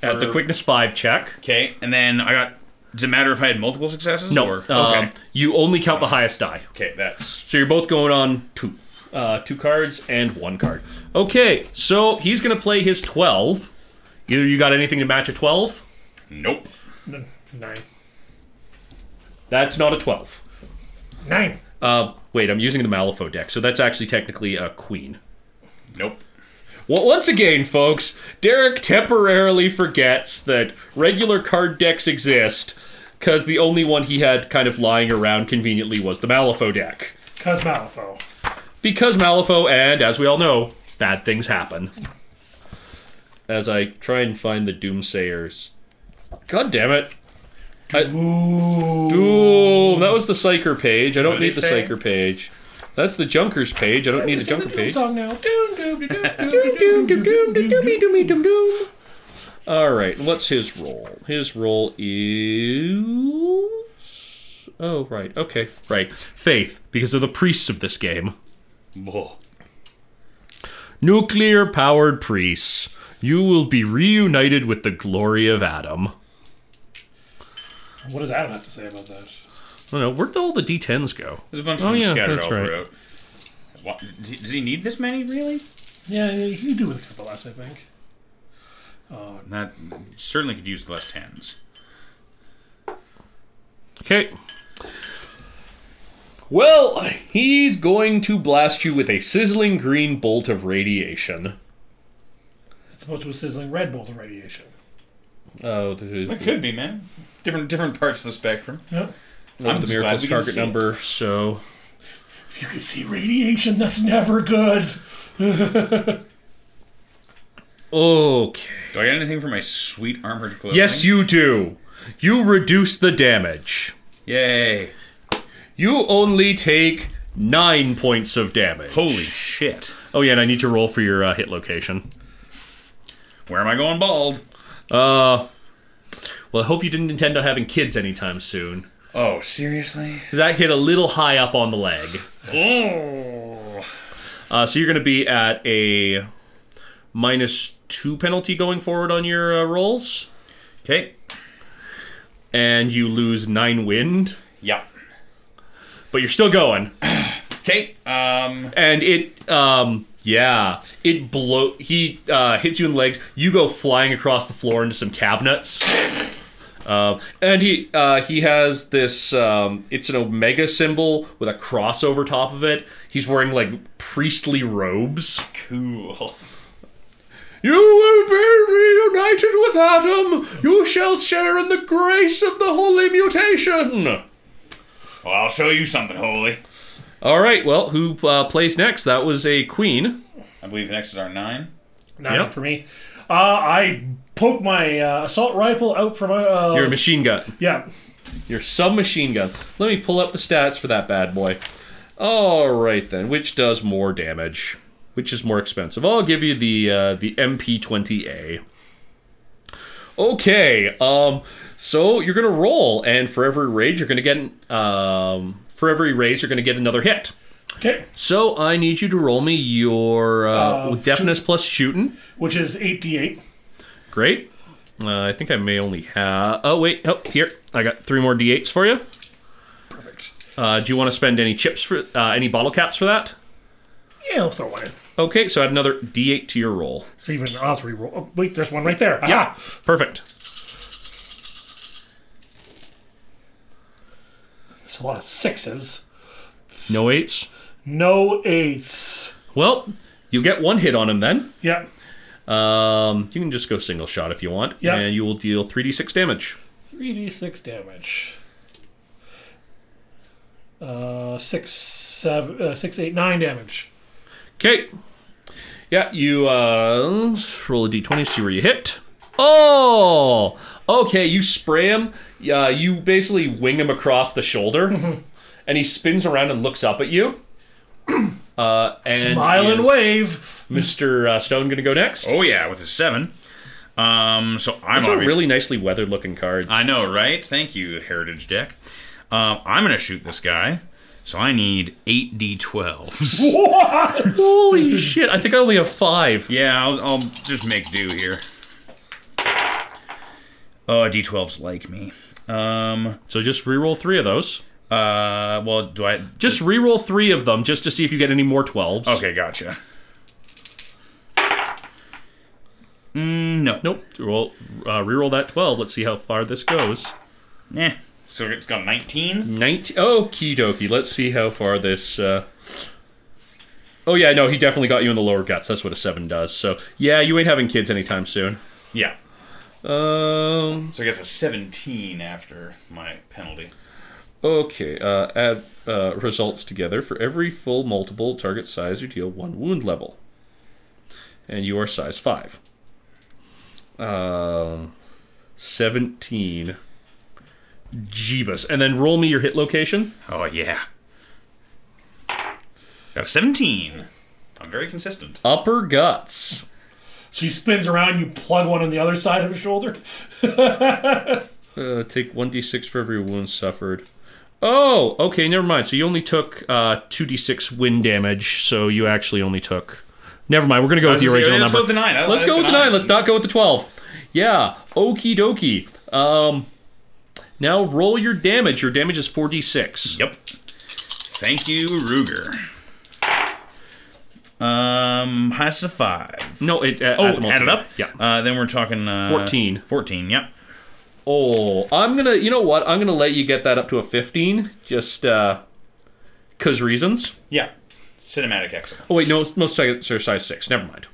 S2: at the
S3: For-
S2: quickness five check.
S3: Okay, and then I got. Does it matter if I had multiple successes?
S2: No,
S3: Or,
S2: um,
S3: okay.
S2: you only count the highest die.
S3: Okay, that's
S2: So you're both going on two, uh, two cards and one card. Okay, so he's gonna play his twelve. Either you got anything to match a twelve.
S3: nope.
S4: Nine.
S2: That's not a 12.
S4: Nine.
S2: Uh, wait, I'm using the Malifaux deck, so that's actually technically a queen.
S3: Nope.
S2: Well, once again, folks, Derek temporarily forgets that regular card decks exist because the only one he had kind of lying around conveniently was the Malifaux deck.
S4: Cause Malifaux.
S2: Because Malifaux, and as we all know, bad things happen. As I try and find the Doomsayers. God damn it.
S4: Ooh.
S2: Doom! That was the Psyker page. I don't
S3: did he
S2: need the
S3: say?
S2: Psyker page. That's the Junkers page. I don't need the
S4: Sing the
S2: Junker
S4: Doom
S2: page.
S4: song now. Doom, doom, doom, doom, doom,
S2: Doom, doom,
S4: doom, doom,
S2: doom, doom, doom,
S4: doom, doom, doom.
S2: doom, doom, doom, doom. All right, what's his role? His role is. Oh, right. Okay, right. Faith, because they're the priests of this game.
S3: Bull.
S2: Nuclear powered priests. You will be reunited with the glory of Adam.
S4: What does Adam have to say about that?
S2: I don't know, Oh, where'd all the D10s go?
S3: There's a bunch
S2: Oh,
S3: of them
S2: yeah,
S3: scattered
S2: that's
S3: all
S2: right.
S3: throughout. Wha- d- Does he need this many, really?
S4: Yeah, you can do with a couple less, I think.
S3: That certainly could use the less tens.
S2: Okay. Well, he's going to blast you with a sizzling green bolt of radiation.
S4: It's supposed to a sizzling red bolt of radiation.
S2: Oh, the,
S3: It could be, man. Different different parts of the spectrum.
S4: Yep.
S2: I'm
S3: I'm
S2: the
S3: just glad
S2: miracle's
S3: we can
S2: target
S3: see it.
S2: number. So
S4: If you can see radiation, that's never good.
S2: okay.
S3: Do I get anything for my sweet armored clothing?
S2: Yes, you do. You reduce the damage.
S3: Yay!
S2: You only take nine points of damage.
S3: Holy shit!
S2: Oh yeah, and I need to roll for your uh, hit location.
S3: Where am I going bald?
S2: Uh, well, I hope you didn't intend on having kids anytime soon.
S3: Oh, seriously?
S2: 'Cause That hit a little high up on the leg.
S3: Oh!
S2: Uh, so you're going to be at a minus two penalty going forward on your uh, rolls,
S3: Okay.
S2: and you lose nine wind,
S3: Yeah.
S2: but you're still going.
S3: Okay. Um.
S2: and it um yeah it blow he uh hits you in the legs you go flying across the floor into some cabinets um and he uh he has this um it's an omega symbol with a cross over top of it he's wearing like priestly robes
S3: Cool.
S2: you will be reunited with adam you shall share in the grace of the holy mutation
S3: Well, I'll show you something holy.
S2: all right well who uh, plays next that was a queen
S3: I believe next is our nine.
S4: Nine
S2: Yep.
S4: for me. Uh, I poke my uh, assault rifle out from my. Uh,
S2: your machine gun
S4: yeah.
S2: Your submachine gun. Let me pull up the stats for that bad boy. All right then, which does more damage? Which is more expensive? I'll give you the uh, the MP20A. Okay. Um. So you're gonna roll, and for every rage, you're gonna get an- um. For every raise, you're gonna get another hit.
S4: Okay.
S2: So I need you to roll me your uh,
S4: Uh,
S2: deafness plus shooting.
S4: Which is 8d8.
S2: Great. Uh, I think I may only have. Oh wait. Oh here. I got three more d8s for you.
S4: Perfect.
S2: Uh, do you want to spend any chips for uh, any bottle caps for that?
S4: Yeah, I'll throw one in.
S2: Okay, so add another D8 to your roll.
S4: So even I'll have to reroll. Oh, wait, there's one right there.
S2: Yeah,
S4: Aha.
S2: perfect.
S4: There's a lot of sixes.
S2: No eights.
S4: No eights.
S2: Well, you get one hit on him then.
S4: Yeah.
S2: Um, you can just go single shot if you want,
S4: Yeah.
S2: and you will deal 3d6 damage.
S4: 3d6 damage. Uh, six, seven, uh, six, eight, nine damage.
S2: Okay. Yeah, you uh, roll a d20, see where you hit. Oh, okay. You spray him. Uh, you basically wing him across the shoulder, and he spins around and looks up at you. Uh, and
S4: Smile and
S2: is
S4: wave.
S2: Mr. Uh, Stone going to go next?
S3: Oh yeah, with a seven. Um. So I'm
S2: Those are
S3: already.
S2: really nicely weathered looking cards.
S3: I know, right? Thank you, Heritage Deck. Um, I'm gonna shoot this guy. So I need eight d12s.
S2: Holy shit! I think I only have five.
S3: yeah, I'll, I'll just make do here. Oh, d12s like me. Um.
S2: So just re-roll three of those.
S3: Uh. Well, do I?
S2: Just re-roll three of them, just to see if you get any more twelves.
S3: Okay, gotcha. Mm, no. Mm,
S2: Nope. Roll, uh, re-roll that twelve. Let's see how far this goes.
S3: Eh. So it's got 19?
S2: 19 okie dokie let's see how far this uh oh yeah no he definitely got you in the lower guts that's what a seven does so yeah you ain't having kids anytime soon
S3: Yeah.
S2: um
S3: So I guess a 17 after my penalty.
S2: okay uh add uh, results together for every full multiple target size you deal one wound level and you are size five um 17 jeebus and then roll me your hit location
S3: Oh, yeah. Got a 17. I'm very consistent.
S2: upper guts
S4: So he spins around, you plug one on the other side of his shoulder.
S2: Uh, take 1d6 for every wound suffered. Oh, okay, never mind. So you only took uh, 2d6 wind damage, so you actually only took. Never mind, we're going to go with the
S3: Let's
S2: original
S3: go
S2: number.
S3: with the 9. I
S2: Let's
S3: like
S2: go with the 9, let's not go with the 12. Yeah, okie dokie. Um, now roll your damage. Your damage is 4d6.
S3: Yep. Thank you, Ruger. Um, highest of 5.
S2: No, it. Uh,
S3: Oh,
S2: add them all
S3: add it
S2: together.
S3: up?
S2: Yeah.
S3: Uh, then we're talking uh,
S2: 14.
S3: 14, yep.
S2: Oh, I'm going to. You know what? I'm going to let you get that up to a 15, just uh 'cause reasons.
S3: Yeah. Cinematic excellence.
S2: Oh wait, no, most targets are size six. Never mind.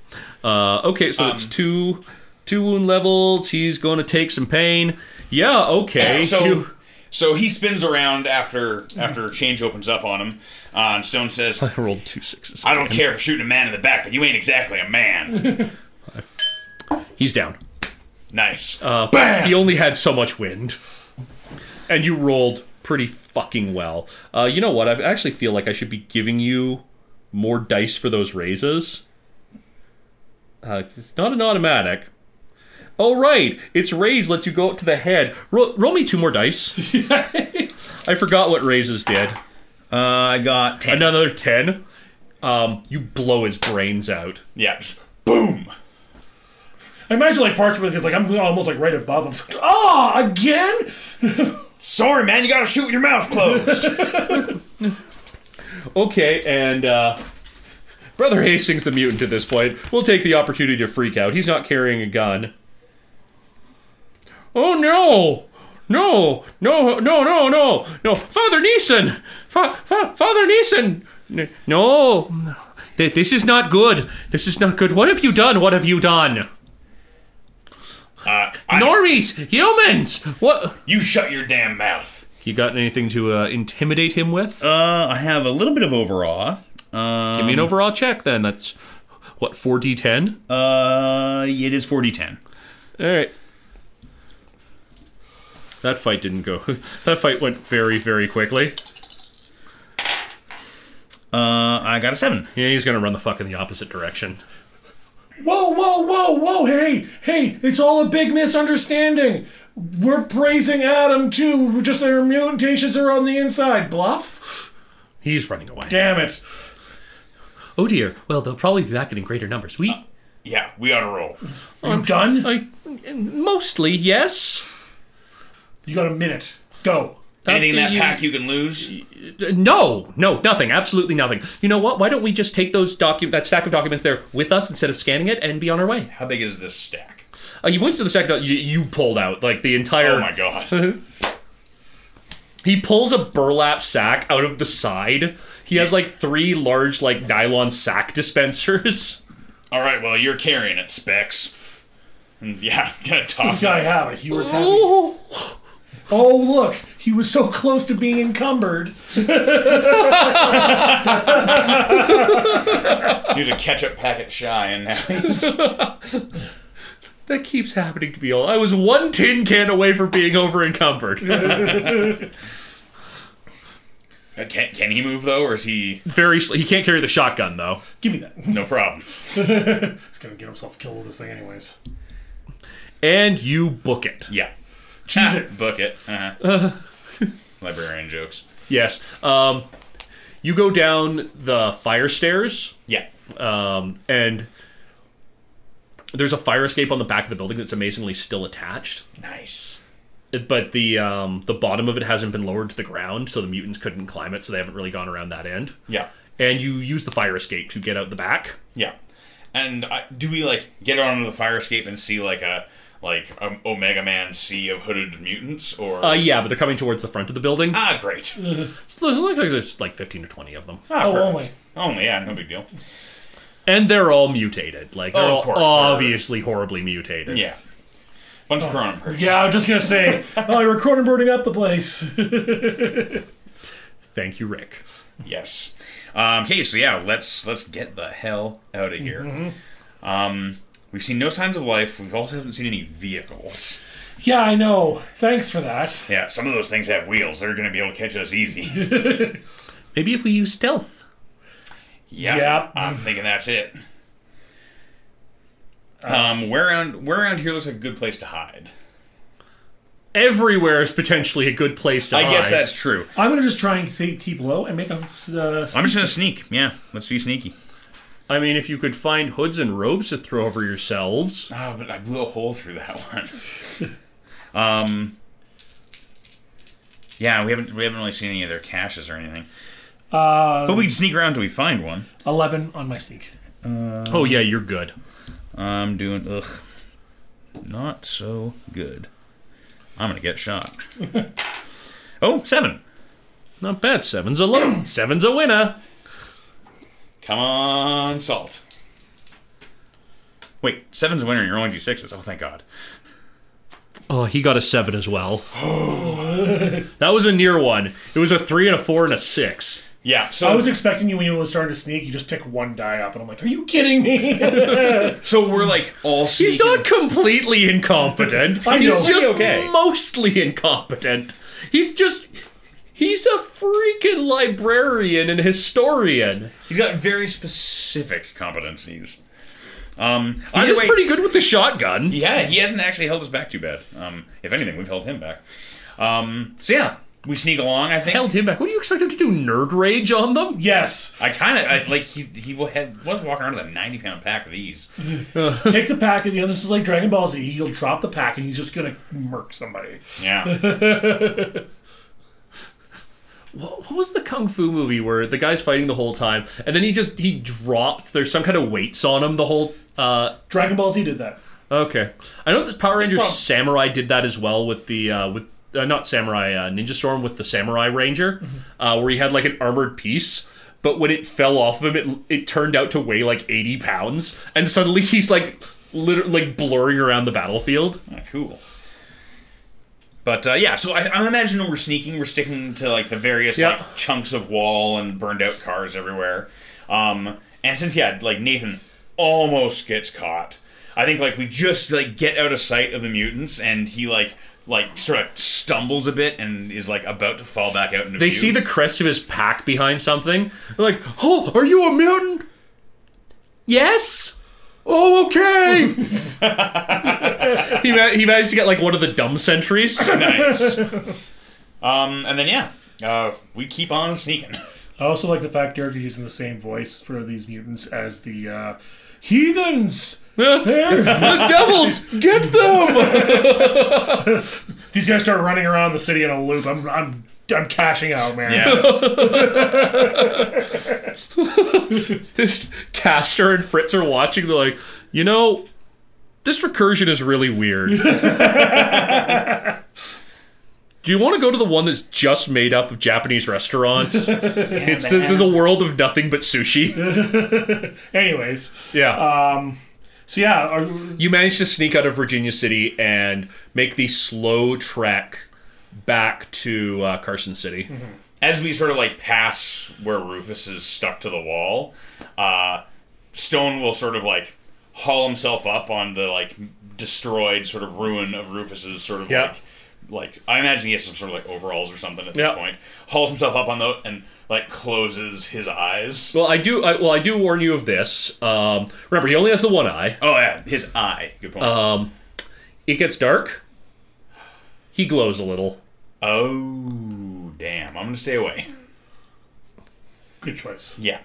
S2: Uh, okay, so
S3: Um,
S2: it's two two wound levels. He's going to take some pain. Yeah. Okay.
S3: So,
S2: You-
S3: so he spins around after after change opens up on him. Uh, and Stone says,
S2: I rolled two sixes.
S3: "I don't care for shooting a man in the back, but you ain't exactly a man."
S2: He's down.
S3: nice.
S2: He only had so much wind, and you rolled pretty fucking well. Uh, you know what? I actually feel like I should be giving you more dice for those raises. Uh, it's not an automatic. Oh right, it's raise lets you go up to the head. Roll, roll me two more dice. I forgot what raises did.
S3: uh, I got ten.
S2: another 10 um, you blow his brains out
S3: Yeah. just boom.
S4: I imagine like parts of it is like I'm almost like right above him. Ah, again?
S3: Sorry, man. You gotta shoot with your mouth closed.
S2: okay and uh, brother hastings the mutant at this point will take the opportunity to freak out he's not carrying a gun oh no no no no no no no father neeson fa- fa- father neeson N- no Th- this is not good this is not good what have you done what have you done
S3: uh, I-
S2: normies humans what
S3: you shut your damn mouth.
S2: you got anything to uh, intimidate him with
S3: Uh, I have a little bit of overawe.
S2: I
S3: Uh,
S2: mean, overall check then. That's what 4d10.
S3: uh, it is forty ten.
S2: All right. That fight didn't go. that fight went very, very quickly.
S3: Uh, I got a seven.
S2: Yeah, he's gonna run the fuck in the opposite direction.
S4: Whoa, whoa, whoa, whoa, hey, hey, it's all a big misunderstanding. We're praising Adam too. We're just their mutations are on the inside. Bluff?
S2: He's running away.
S4: Damn it.
S2: Oh dear. Well, they'll probably be back in greater numbers. We,
S3: Yeah, we ought to roll.
S4: I'm done?
S2: Uh, I, mostly yes.
S4: You got a minute. Go.
S3: Anything in that
S2: After you-
S3: pack you can lose.
S2: No, no, nothing. Absolutely nothing. You know what? Why don't we just take those docu- that stack of documents there with us instead of scanning it and be on our way?
S3: How big is this stack?
S2: Uh, you went to the stack. of doc- You, you pulled out like the entire.
S3: Oh my god.
S2: He pulls a burlap sack out of the side. He has like three large like nylon sack dispensers.
S3: All right, well you're carrying it, Specs. And yeah, I'm gonna toss
S4: This guy
S3: it.
S4: have it. He was happy.
S2: Oh,
S4: Oh look, he was so close to being encumbered.
S3: He was a ketchup packet shy, and now he's
S2: that keeps happening to me. All I was one tin can away from being over encumbered.
S3: uh, can can he move though, or is he
S2: Very. Sl- he can't carry the shotgun though.
S4: Give me that. He's
S3: no problem?
S4: gonna get himself killed with this thing anyways.
S2: And you book it.
S3: Yeah, Ah, book it. Uh-huh. Librarian jokes.
S2: Yes. Um, you go down the fire stairs.
S3: Yeah,
S2: um, and there's a fire escape on the back of the building that's amazingly still attached,
S3: nice.
S2: but the um, the bottom of it hasn't been lowered to the ground, so the mutants couldn't climb it, so they haven't really gone around that end.
S3: Yeah,
S2: And you use the fire escape to get out the back.
S3: yeah. And I, do we like get onto the fire escape and see like a like um, Omega Man Sea of hooded mutants, or
S2: Uh, yeah, but they're coming towards the front of the building.
S3: ah, great, ah,
S2: So it looks like there's like 15 to 20 of them.
S4: Oh,
S3: perfect.
S4: only.
S3: only yeah, no big deal.
S2: And they're all mutated. Like, they're
S3: Oh, of
S2: all
S3: course, they're-
S2: obviously horribly mutated.
S3: Yeah, bunch of Cronenbergs.
S4: Yeah, I was just gonna say. oh, you're recording, burning up the place.
S2: Thank you, Rick.
S3: Yes. Um, okay, so yeah, let's let's get the hell out of here. Um, we've seen no signs of life. We also haven't seen any vehicles.
S4: yeah, I know. Thanks for that.
S3: Yeah, some of those things have wheels. They're going to be able to catch us easy.
S2: Maybe if we use stealth.
S3: Yeah,
S4: Yep.
S3: I'm thinking that's it. Um, where around where around here looks like a good place to hide.
S2: Everywhere is potentially a good place to
S3: I guess
S2: hide.
S3: that's true.
S4: I'm gonna just try and th- keep low and make a. Uh,
S3: I'm just gonna sneak. Yeah, let's be sneaky.
S2: I mean, if you could find hoods and robes to throw over yourselves.
S3: Oh, but I blew a hole through that one. um, yeah, we haven't we haven't really seen any of their caches or anything. Uh, but we can sneak around till we find one.
S4: Eleven on my sneak.
S2: oh, yeah, you're good.
S3: I'm doing ugh, not so good. I'm gonna get shot. oh, seven.
S2: Not bad. Seven's a low. Seven's a winner.
S3: Come on, salt. Wait, seven's a winner. and You're only d sixes. Oh, thank God.
S2: Oh, he got a seven as well. that was a near one. It was a three and a four and a six.
S3: Yeah. So
S4: I was expecting you when you were starting to sneak. You just pick one die up, and I'm like, "Are you kidding me?"
S3: so we're like all sneaking.
S2: He's not completely incompetent.
S4: I know.
S2: He's just
S3: Okay.
S2: mostly incompetent. He's just. He's a freaking librarian and historian.
S3: He's got very specific competencies. Um,
S2: He's
S3: either way,
S2: pretty good with the shotgun.
S3: yeah, he hasn't actually held us back too bad. Um, if anything, we've held him back. Um, so yeah, we sneak along. I think
S2: Held him back. What do you expect him to do? Nerd rage on them?
S4: yes.
S3: I kind of like he he wa- had, was walking around with a ninety pound pack of these.
S4: Take the pack, and you know this is like Dragon Ball Z. He'll drop the pack, and he's just gonna murk somebody.
S3: Yeah,
S2: What was the kung fu movie where the guy's fighting the whole time and then he just he dropped? There's some kind of weights on him the whole. Uh,
S4: Dragon Ball Z did that.
S2: okay, I know that Power Rangers
S3: prob-
S2: Samurai did that as well with the uh, with. Uh, not samurai uh, ninja storm with the samurai ranger uh, where he had like an armored piece but when it fell off of him it, it turned out to weigh like 80 pounds and suddenly he's like literally like blurring around the battlefield
S3: Ah, cool. But uh, yeah, so I, I imagine we're sneaking. We're sticking to like the various
S2: Yeah.
S3: like chunks of wall and burned out cars everywhere. Um, and since yeah, like Nathan almost gets caught. I think like we just like get out of sight of the mutants, and he like like sort of stumbles a bit and is like about to fall back out into
S2: They see the crest of his pack behind something. They're like, "Oh, are you a mutant?" Yes. Oh, okay. he, ma- he managed to get like one of the dumb sentries.
S3: nice. um, and then yeah, uh, we keep on sneaking.
S4: I also like the fact Derek is using the same voice for these mutants as the uh, heathens.
S2: the devils get them.
S4: These guys start running around the city in a loop. I'm I'm I'm cashing out, man.
S3: Yeah,
S2: This Castor and Fritz are watching. They're like, you know, this recursion is really weird. Do you want to go to the one that's just made up of Japanese restaurants? it's the, the world of nothing but sushi.
S4: Anyways,
S2: Yeah.
S4: so yeah, are,
S2: you managed to sneak out of Virginia City and make the slow trek back to uh, Carson City.
S3: as we sort of like pass where Rufus is stuck to the wall, uh, Stone will sort of like haul himself up on the like destroyed sort of ruin of Rufus's sort of
S2: Yeah.
S3: like like I imagine he has some sort of like overalls or something at this
S2: Yeah.
S3: point. Hauls himself up on the and like closes his eyes.
S2: Well, I do. I, well, I do warn you of this. Um, remember, he only has the one eye.
S3: Oh yeah, his eye. Good point.
S2: Uh-huh. It gets dark. He glows a little.
S3: oh damn, I'm gonna stay away.
S4: good choice.
S3: Yeah.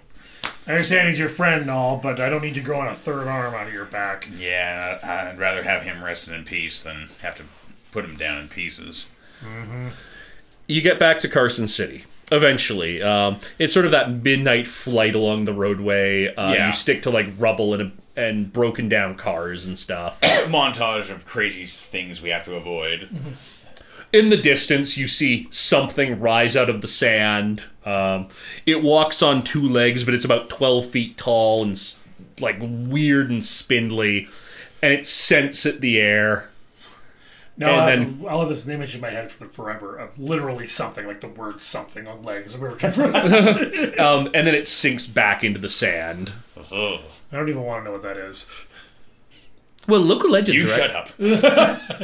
S4: I understand he's your friend and all, but I don't need you growing a third arm out of your back.
S3: Yeah, I'd rather have him resting in peace than have to put him down in pieces.
S2: You get back to Carson City. Eventually, um, it's sort of that midnight flight along the roadway. Uh,
S3: Yeah.
S2: You stick to like rubble and and broken down cars and stuff.
S3: montage of crazy things we have to avoid.
S2: Mm-hmm. in the distance you see something rise out of the sand um, it walks on two legs but it's about 12 feet tall and s- like weird and spindly and it scents at the air
S4: Now I,
S2: And
S4: I'll have this image in my head for the forever of literally something like the word something on legs. Where it came from. I
S2: um, and then it sinks back into the sand
S3: Ugh.
S4: don't even want to know what that is.
S2: well local legends
S3: You
S2: right?
S3: shut up.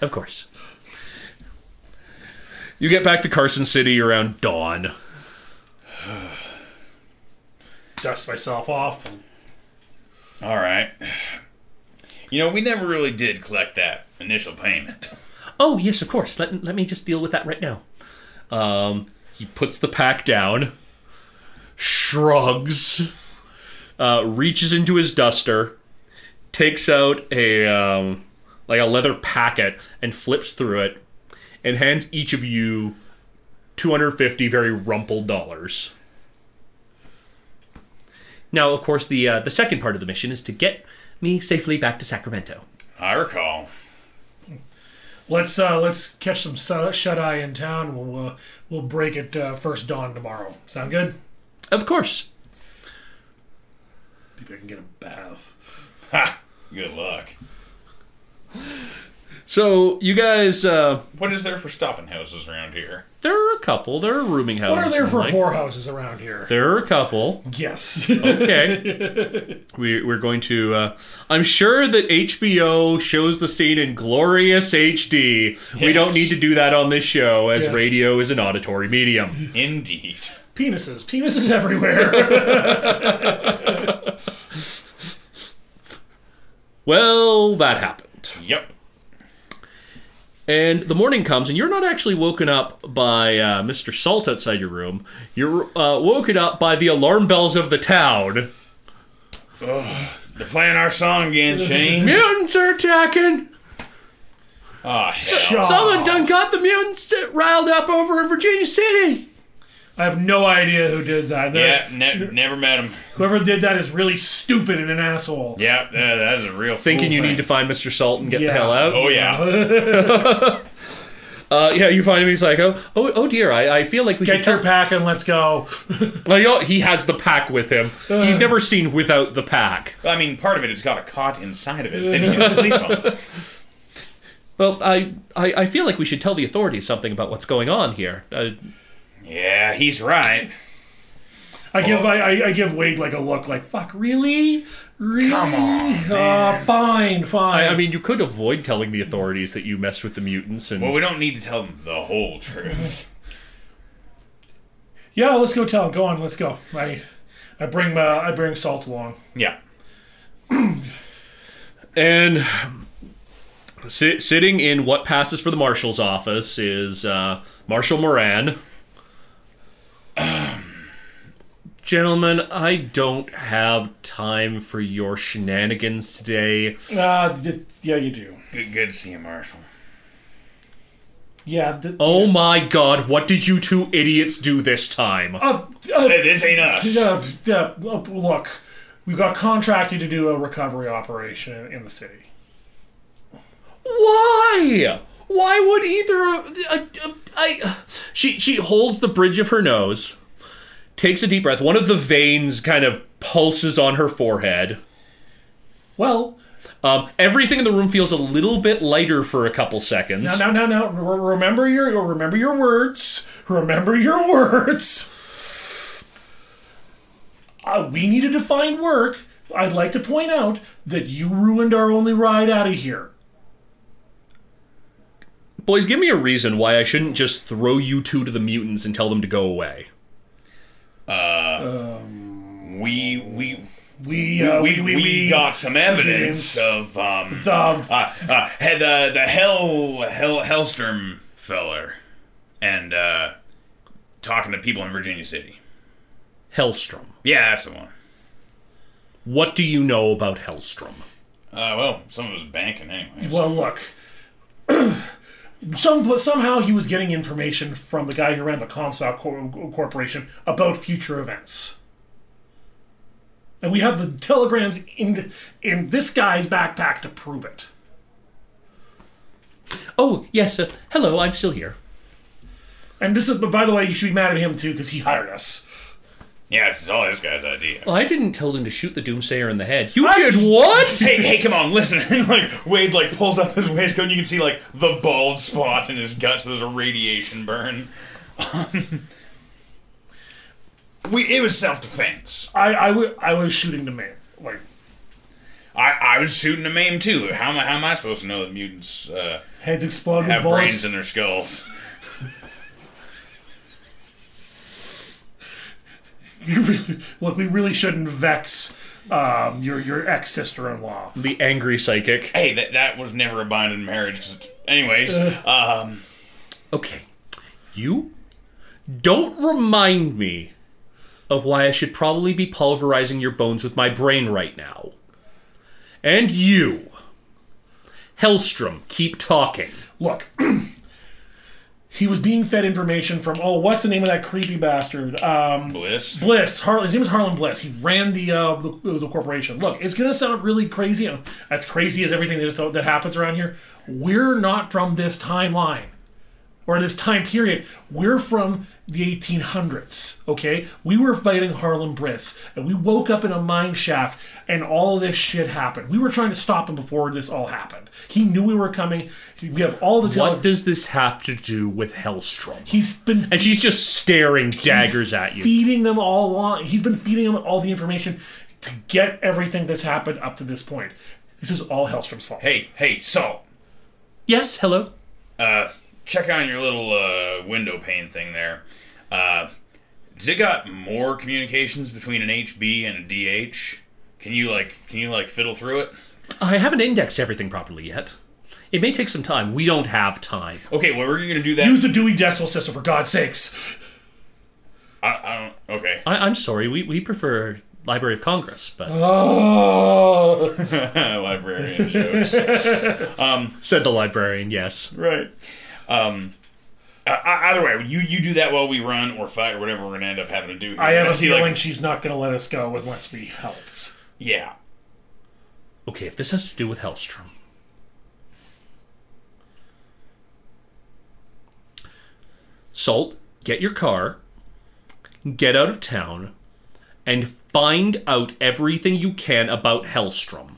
S2: of course you get back to carson city around dawn
S4: Dust myself off. and
S3: All right. You know, we never really did collect that initial payment.
S2: oh yes of course let, let me just deal with that right now um, he puts the pack down shrugs uh, reaches into his duster takes out a um, like a leather packet and flips through it and hands each of you 250 very rumpled dollars now of course the uh, the second part of the mission is to get me safely back to sacramento
S3: I recall.
S4: Let's uh, let's catch some su- shut eye in town. We'll uh, we'll break it uh, first dawn tomorrow. Sound good?
S2: of course
S4: Maybe I can get a bath.
S3: Ha! Good luck.
S2: so you guys uh,
S3: What is there for stopping houses around here?
S2: There are a couple. There are rooming houses.
S4: What are there
S2: and
S4: for
S2: like-
S4: whorehouses around here?
S2: There are a couple.
S4: Yes.
S2: Okay. we, we're going to. Uh, I'm sure that HBO shows the scene in glorious HD. We don't
S3: Yes.
S2: need to do that on this show, as
S4: Yeah.
S2: radio is an auditory medium.
S3: Indeed.
S4: penises, penises everywhere.
S2: Well, that happened.
S3: Yep.
S2: And the morning comes, and you're not actually woken up by uh, Mr. Salt outside your room. You're uh, woken up by the alarm bells of the town.
S3: They're playing our song again, Shane.
S2: Mutants are attacking!
S3: Ah, hell.
S2: Someone done got the mutants riled up over in Virginia City.
S4: I have no idea who did that.
S3: Yeah, ne- never met him.
S4: Whoever did that is really stupid and an asshole.
S3: Yeah, uh, that is a real
S2: Thinking
S3: fool
S2: you
S3: thing.
S2: need to find Mr. Salt and get
S4: Yeah.
S2: the hell out.
S3: Oh yeah.
S2: Uh, yeah, you find him. He's like, oh, oh, oh dear. I, I feel like we
S4: Get your
S2: should.
S4: pack and let's go.
S2: Like, oh, he has the pack with him.
S4: Uh.
S2: He's never seen without the pack.
S3: I mean, part of it has got a cot inside of it that you can sleep on.
S2: Well, I, I, I feel like we should tell the authorities something about what's going on here. Uh,
S3: Yeah, he's right.
S4: I give
S3: Oh.
S4: I, I, I give Wade like a look like fuck really really
S3: Come on,
S4: uh, fine fine.
S2: I, I mean, you could avoid telling the authorities that you messed with the mutants and.
S3: Well, we don't need to tell them the whole truth.
S4: yeah, let's go tell him. Go on, let's go. I I bring my I bring salt along.
S3: Yeah.
S2: And sit, sitting in what passes for the marshal's office is uh, Marshal Moran. Gentlemen, I don't have time for your shenanigans today.
S4: Uh, d- yeah, you do.
S3: Good, good to see you, Marshall.
S4: Yeah. D-
S2: Oh my god, what did you two idiots do this time?
S4: uh, uh,
S3: Hey, this ain't us.
S4: uh, uh, look, we got contracted to do a recovery operation in the city.
S2: Why? Why would either of I, I she she holds the bridge of her nose, takes a deep breath. One of the veins kind of pulses on her forehead.
S4: Well,
S2: Um, everything in the room feels a little bit lighter for a couple seconds.
S4: now now now now re- remember your remember your words. Remember your words. Uh, we needed to find work. I'd like to point out that you ruined our only ride out of here.
S2: Boys, give me a reason why I shouldn't just throw you two to the mutants and tell them to go away.
S3: We we
S4: We uh,
S3: we, we, got some evidence
S4: Evidence.
S3: of um
S4: the
S3: uh, uh, had the the hell hell hellstorm feller and uh talking to people in Virginia City.
S2: Hellstrom.
S3: Yeah, that's the one.
S2: What do you know about Hellstrom?
S3: Uh, well, some of us banking anyways.
S4: well look. Some, but somehow he was getting information from the guy who ran the Comstock Cor- Corporation about future events. And we have the telegrams in in this guy's backpack to prove it.
S2: Oh, yes, uh, hello, I'm still here.
S4: And this is, but by the way, you should be mad at him too because he hired us.
S3: Yeah, this is all this guy's idea.
S2: Well, I didn't tell them to shoot the Doomsayer in the head. You did what?
S3: hey, hey, come on, listen. And, like, Wade, like, pulls up his waistcoat and you can see, like, the bald spot in his guts. There's a radiation burn. Um, we, it was self defense.
S4: I I, w- I was shooting the man. Like,
S3: I, I was shooting a MAME, too. How am I, how am I supposed to know that mutants uh,
S4: heads exploded,
S3: have
S4: balls.
S3: brains in their skulls?
S4: You really- look, we really shouldn't vex um, your your ex sister in law.
S2: The angry psychic.
S3: hey, that, that was never a binding marriage. 'cause it- anyways, um,
S2: Okay, you don't remind me of why I should probably be pulverizing your bones with my brain right now. And you, Hellstrom, keep talking.
S4: Look, he was being fed information from oh, what's the name of that creepy bastard? Um,
S3: bliss.
S4: Bliss. Har- his name is Harlan Bliss. He ran the, uh, the the corporation. Look, it's gonna sound really crazy. um, As crazy as everything that, is, that happens around here, we're not from this timeline or this time period. We're from the 1800s. Okay, we were fighting Harlan Bliss, and we woke up in a mine shaft, and all of this shit happened. We were trying to stop him before this all happened. He knew we were coming. We have all the
S2: What
S4: time.
S2: does this have to do with Hellstrom?
S4: He's been
S2: And she's just staring daggers at you.
S4: feeding them all along. He's been feeding them all the information to get everything that's happened up to this point. This is all Hellstrom's fault.
S3: Hey, hey, Salt.
S2: Yes, hello.
S3: check on your little uh, window pane thing there. Uh, has it got more communications between an HB and a DH? Can you like can you like fiddle through it?
S2: I haven't indexed everything properly yet. It may take some time. We don't have time.
S3: Okay, well we're gonna do that.
S4: Use the Dewey Decimal System for God's sakes.
S3: I, I don't. Okay,
S2: I- I'm sorry. We we prefer Library of Congress, but
S4: Uh-huh. Oh,
S3: librarian jokes.
S2: said the librarian. Yes.
S3: right. Um. Uh, either way, you you do that while we run or fight or whatever we're gonna end up having to do. Here.
S4: I have a
S3: see, like-
S4: feeling she's not going to let us go unless we help.
S3: yeah.
S2: Okay, if this has to do with Hellstrom. Salt, get your car, get out of town, and find out everything you can about Hellstrom.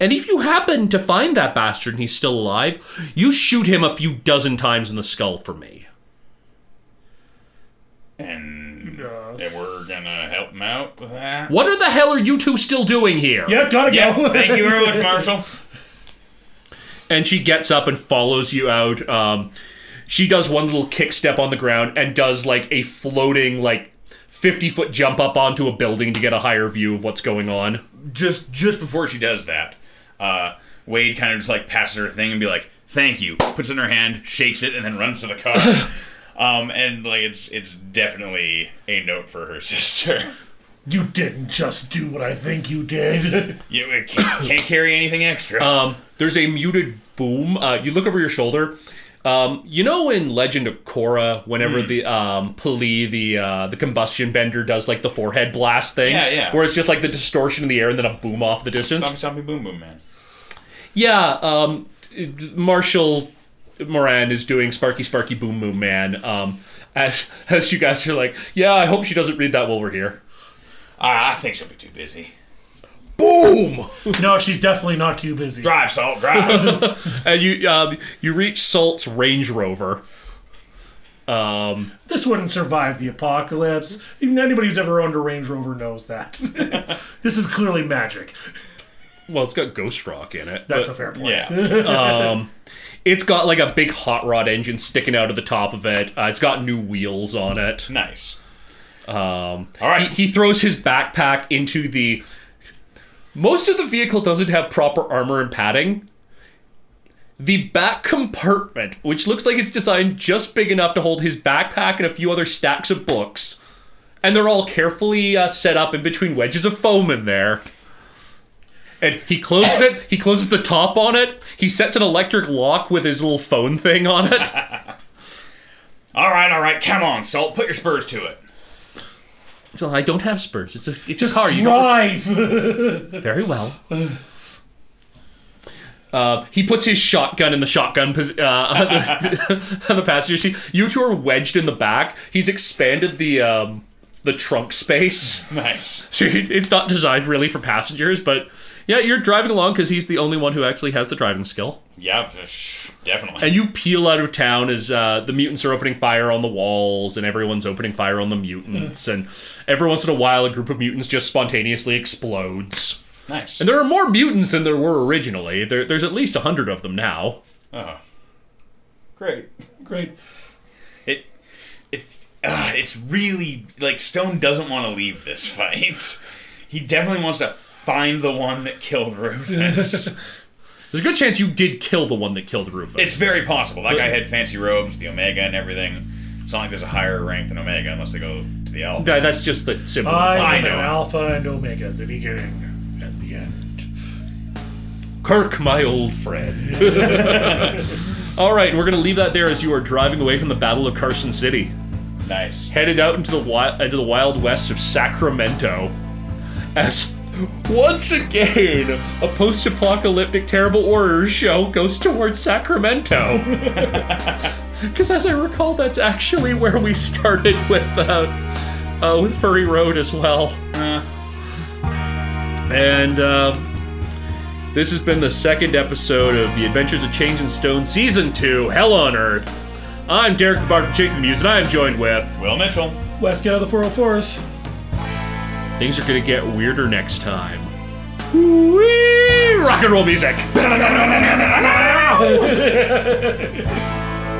S2: And if you happen to find that bastard and he's still alive, you shoot him a few dozen times in the skull for me.
S3: And
S4: Uh,
S3: and we're gonna help him out with that.
S2: What are the hell are you two still doing here?
S4: yeah, gotta
S3: Yeah.
S4: go.
S3: Thank you very much, Marshall.
S2: and she gets up and follows you out. Um, she does one little kick step on the ground and does like a floating like fifty foot jump up onto a building to get a higher view of what's going on.
S3: just just before she does that, uh, Wade kind of just like passes her a thing and be like, "Thank you." Puts it in her hand, shakes it, and then runs to the car. um, and like it's it's definitely a note for her sister.
S4: You didn't just do what I think you did.
S3: You it can't, can't carry anything extra.
S2: Um, there's a muted boom. Uh, you look over your shoulder. Um, you know in Legend of Korra, whenever
S3: Hmm.
S2: the um, Pali, the uh, the combustion bender, does like the forehead blast thing,
S3: Yeah, yeah.
S2: where it's just like the distortion in the air and then a boom off the distance.
S3: Stompy, stompy, boom, boom, man.
S2: Yeah, um, Marshall Moran is doing Sparky Sparky Boom Boom Man. Um, as, as you guys are like, yeah, I hope she doesn't read that while we're here.
S3: Ah, I, I think she'll be too busy.
S2: Boom!
S4: no, she's definitely not too busy.
S3: Drive, Salt, drive.
S2: And you um, you reach Salt's Range Rover. Um,
S4: This wouldn't survive the apocalypse. Even anybody who's ever owned a Range Rover knows that. this is clearly magic.
S2: well, it's got Ghost Rock in it.
S4: That's
S2: but
S4: a fair point.
S3: yeah.
S2: it's got like a big hot rod engine sticking out of the top of it. Uh, it's got new wheels on it.
S3: Nice.
S2: Um,
S3: All right.
S2: He, he throws his backpack into the. Most of the vehicle doesn't have proper armor and padding. The back compartment, which looks like it's designed just big enough to hold his backpack and a few other stacks of books, and they're all carefully uh, set up in between wedges of foam in there. and he closes it. He closes the top on it. He sets an electric lock with his little phone thing on it.
S3: All right, all right, come on, Salt, put your spurs to it.
S2: Well, I don't have spurs. It's a it's
S4: Just
S2: a car. You don't
S4: drive.
S2: very well. Uh, he puts his shotgun in the shotgun pos- uh, on, the, on the passenger seat. You two are wedged in the back. He's expanded the um, the trunk space.
S3: Nice.
S2: So it- it's not designed really for passengers, but yeah, you're driving along because he's the only one who actually has the driving skill.
S3: Yeah, psh, definitely.
S2: And you peel out of town as uh, the mutants are opening fire on the walls, and everyone's opening fire on the mutants. And every once in a while, a group of mutants just spontaneously explodes.
S3: Nice.
S2: And there are more mutants than there were originally. There, there's at least a hundred of them now.
S3: Oh. Great.
S4: Great.
S3: It it's uh, it's really like Stone doesn't want to leave this fight. He definitely wants to find the one that killed Rufus.
S2: There's a good chance you did kill the one that killed Rufus.
S3: it's very possible. That guy had fancy robes, the Omega and everything. It's not like there's a higher rank than Omega unless they go to the Alpha.
S2: That- that's just the symbol.
S4: I
S3: I
S4: am an
S3: know.
S4: alpha and omega at the beginning and the end.
S2: Kirk, my old friend. All right, we're gonna leave that there as you are driving away from the Battle of Carson City,
S3: Nice.
S2: headed out into the wild, into the wild west of Sacramento, as once again a post-apocalyptic terrible horror show goes towards Sacramento. Because as I recall, that's actually where we started with uh, uh, with Furry Road as well. And uh, this has been the second episode of The Adventures of Change and Stone, Season 2, Hell on Earth. I'm Derek the Bard from Chasing the Muse, and I am joined with
S3: Will Mitchell.
S4: Let's get out of the 404s.
S2: Things Are Gonna Get Weirder Next Time. Whee! Rock and roll music!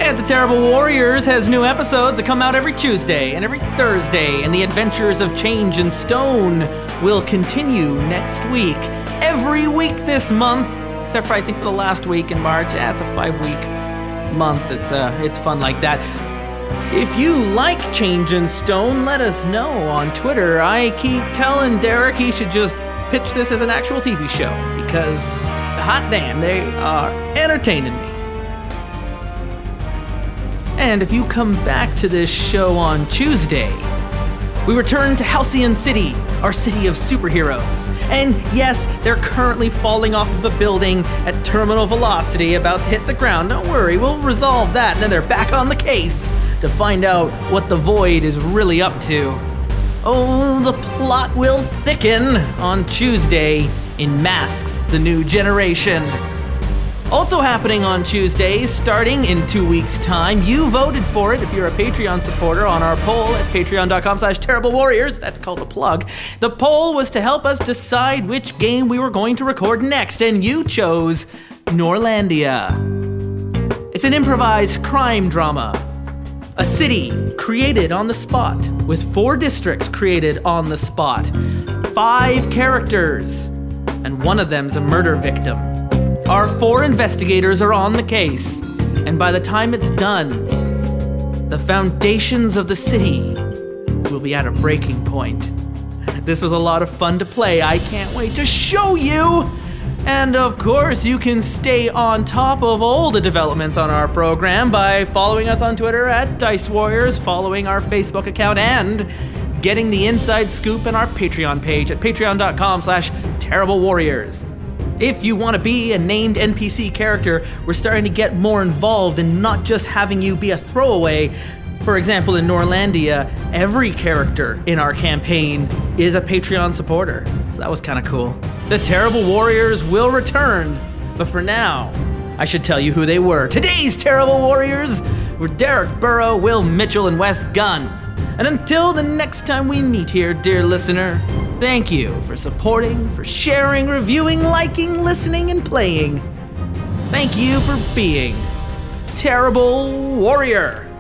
S1: And the Terrible Warriors has new episodes that come out every Tuesday and every Thursday, and the adventures of Change and Stone will continue next week. Every week this month, except for I think for the last week in March. Yeah, it's a five week month. It's uh it's fun like that. If you like Change and Stone, let us know on Twitter. I keep telling Derek he should just pitch this as an actual TV show because hot damn, they are entertaining me. And if you come back to this show on Tuesday, we return to Halcyon City, our city of superheroes. And yes, they're currently falling off of a building at terminal velocity, about to hit the ground. Don't worry, we'll resolve that, and then they're back on the case to find out what the void is really up to. Oh, the plot will thicken on Tuesday in Masks, the New Generation. Also happening on Tuesdays, starting in two weeks' time. You voted for it if you're a Patreon supporter on our poll at patreon.com slash terrible warriors. That's called a plug. The poll was to help us decide which game we were going to record next, and you chose Norlandia. It's an improvised crime drama a city created on the spot, with four districts created on the spot, five characters, and one of them's a murder victim. Our four investigators are on the case, and by the time it's done, the foundations of the city will be at a breaking point. This was a lot of fun to play. I can't wait to show you! And of course, you can stay on top of all the developments on our program by following us on Twitter at Dice Warriors, following our Facebook account, and getting the inside scoop in our Patreon page at patreon.com slash terrible warriors. If you want to be a named NPC character, we're starting to get more involved and not just having you be a throwaway. For example, in Norlandia, every character in our campaign is a Patreon supporter. So that was kind of cool. The Terrible Warriors will return, but for now, I should tell you who they were. Today's Terrible Warriors were Derek Burrow, Will Mitchell, and Wes Gunn. And until the next time we meet here, dear listener, thank you for supporting, for sharing, reviewing, liking, listening, and playing. Thank you for being Terrible Warrior.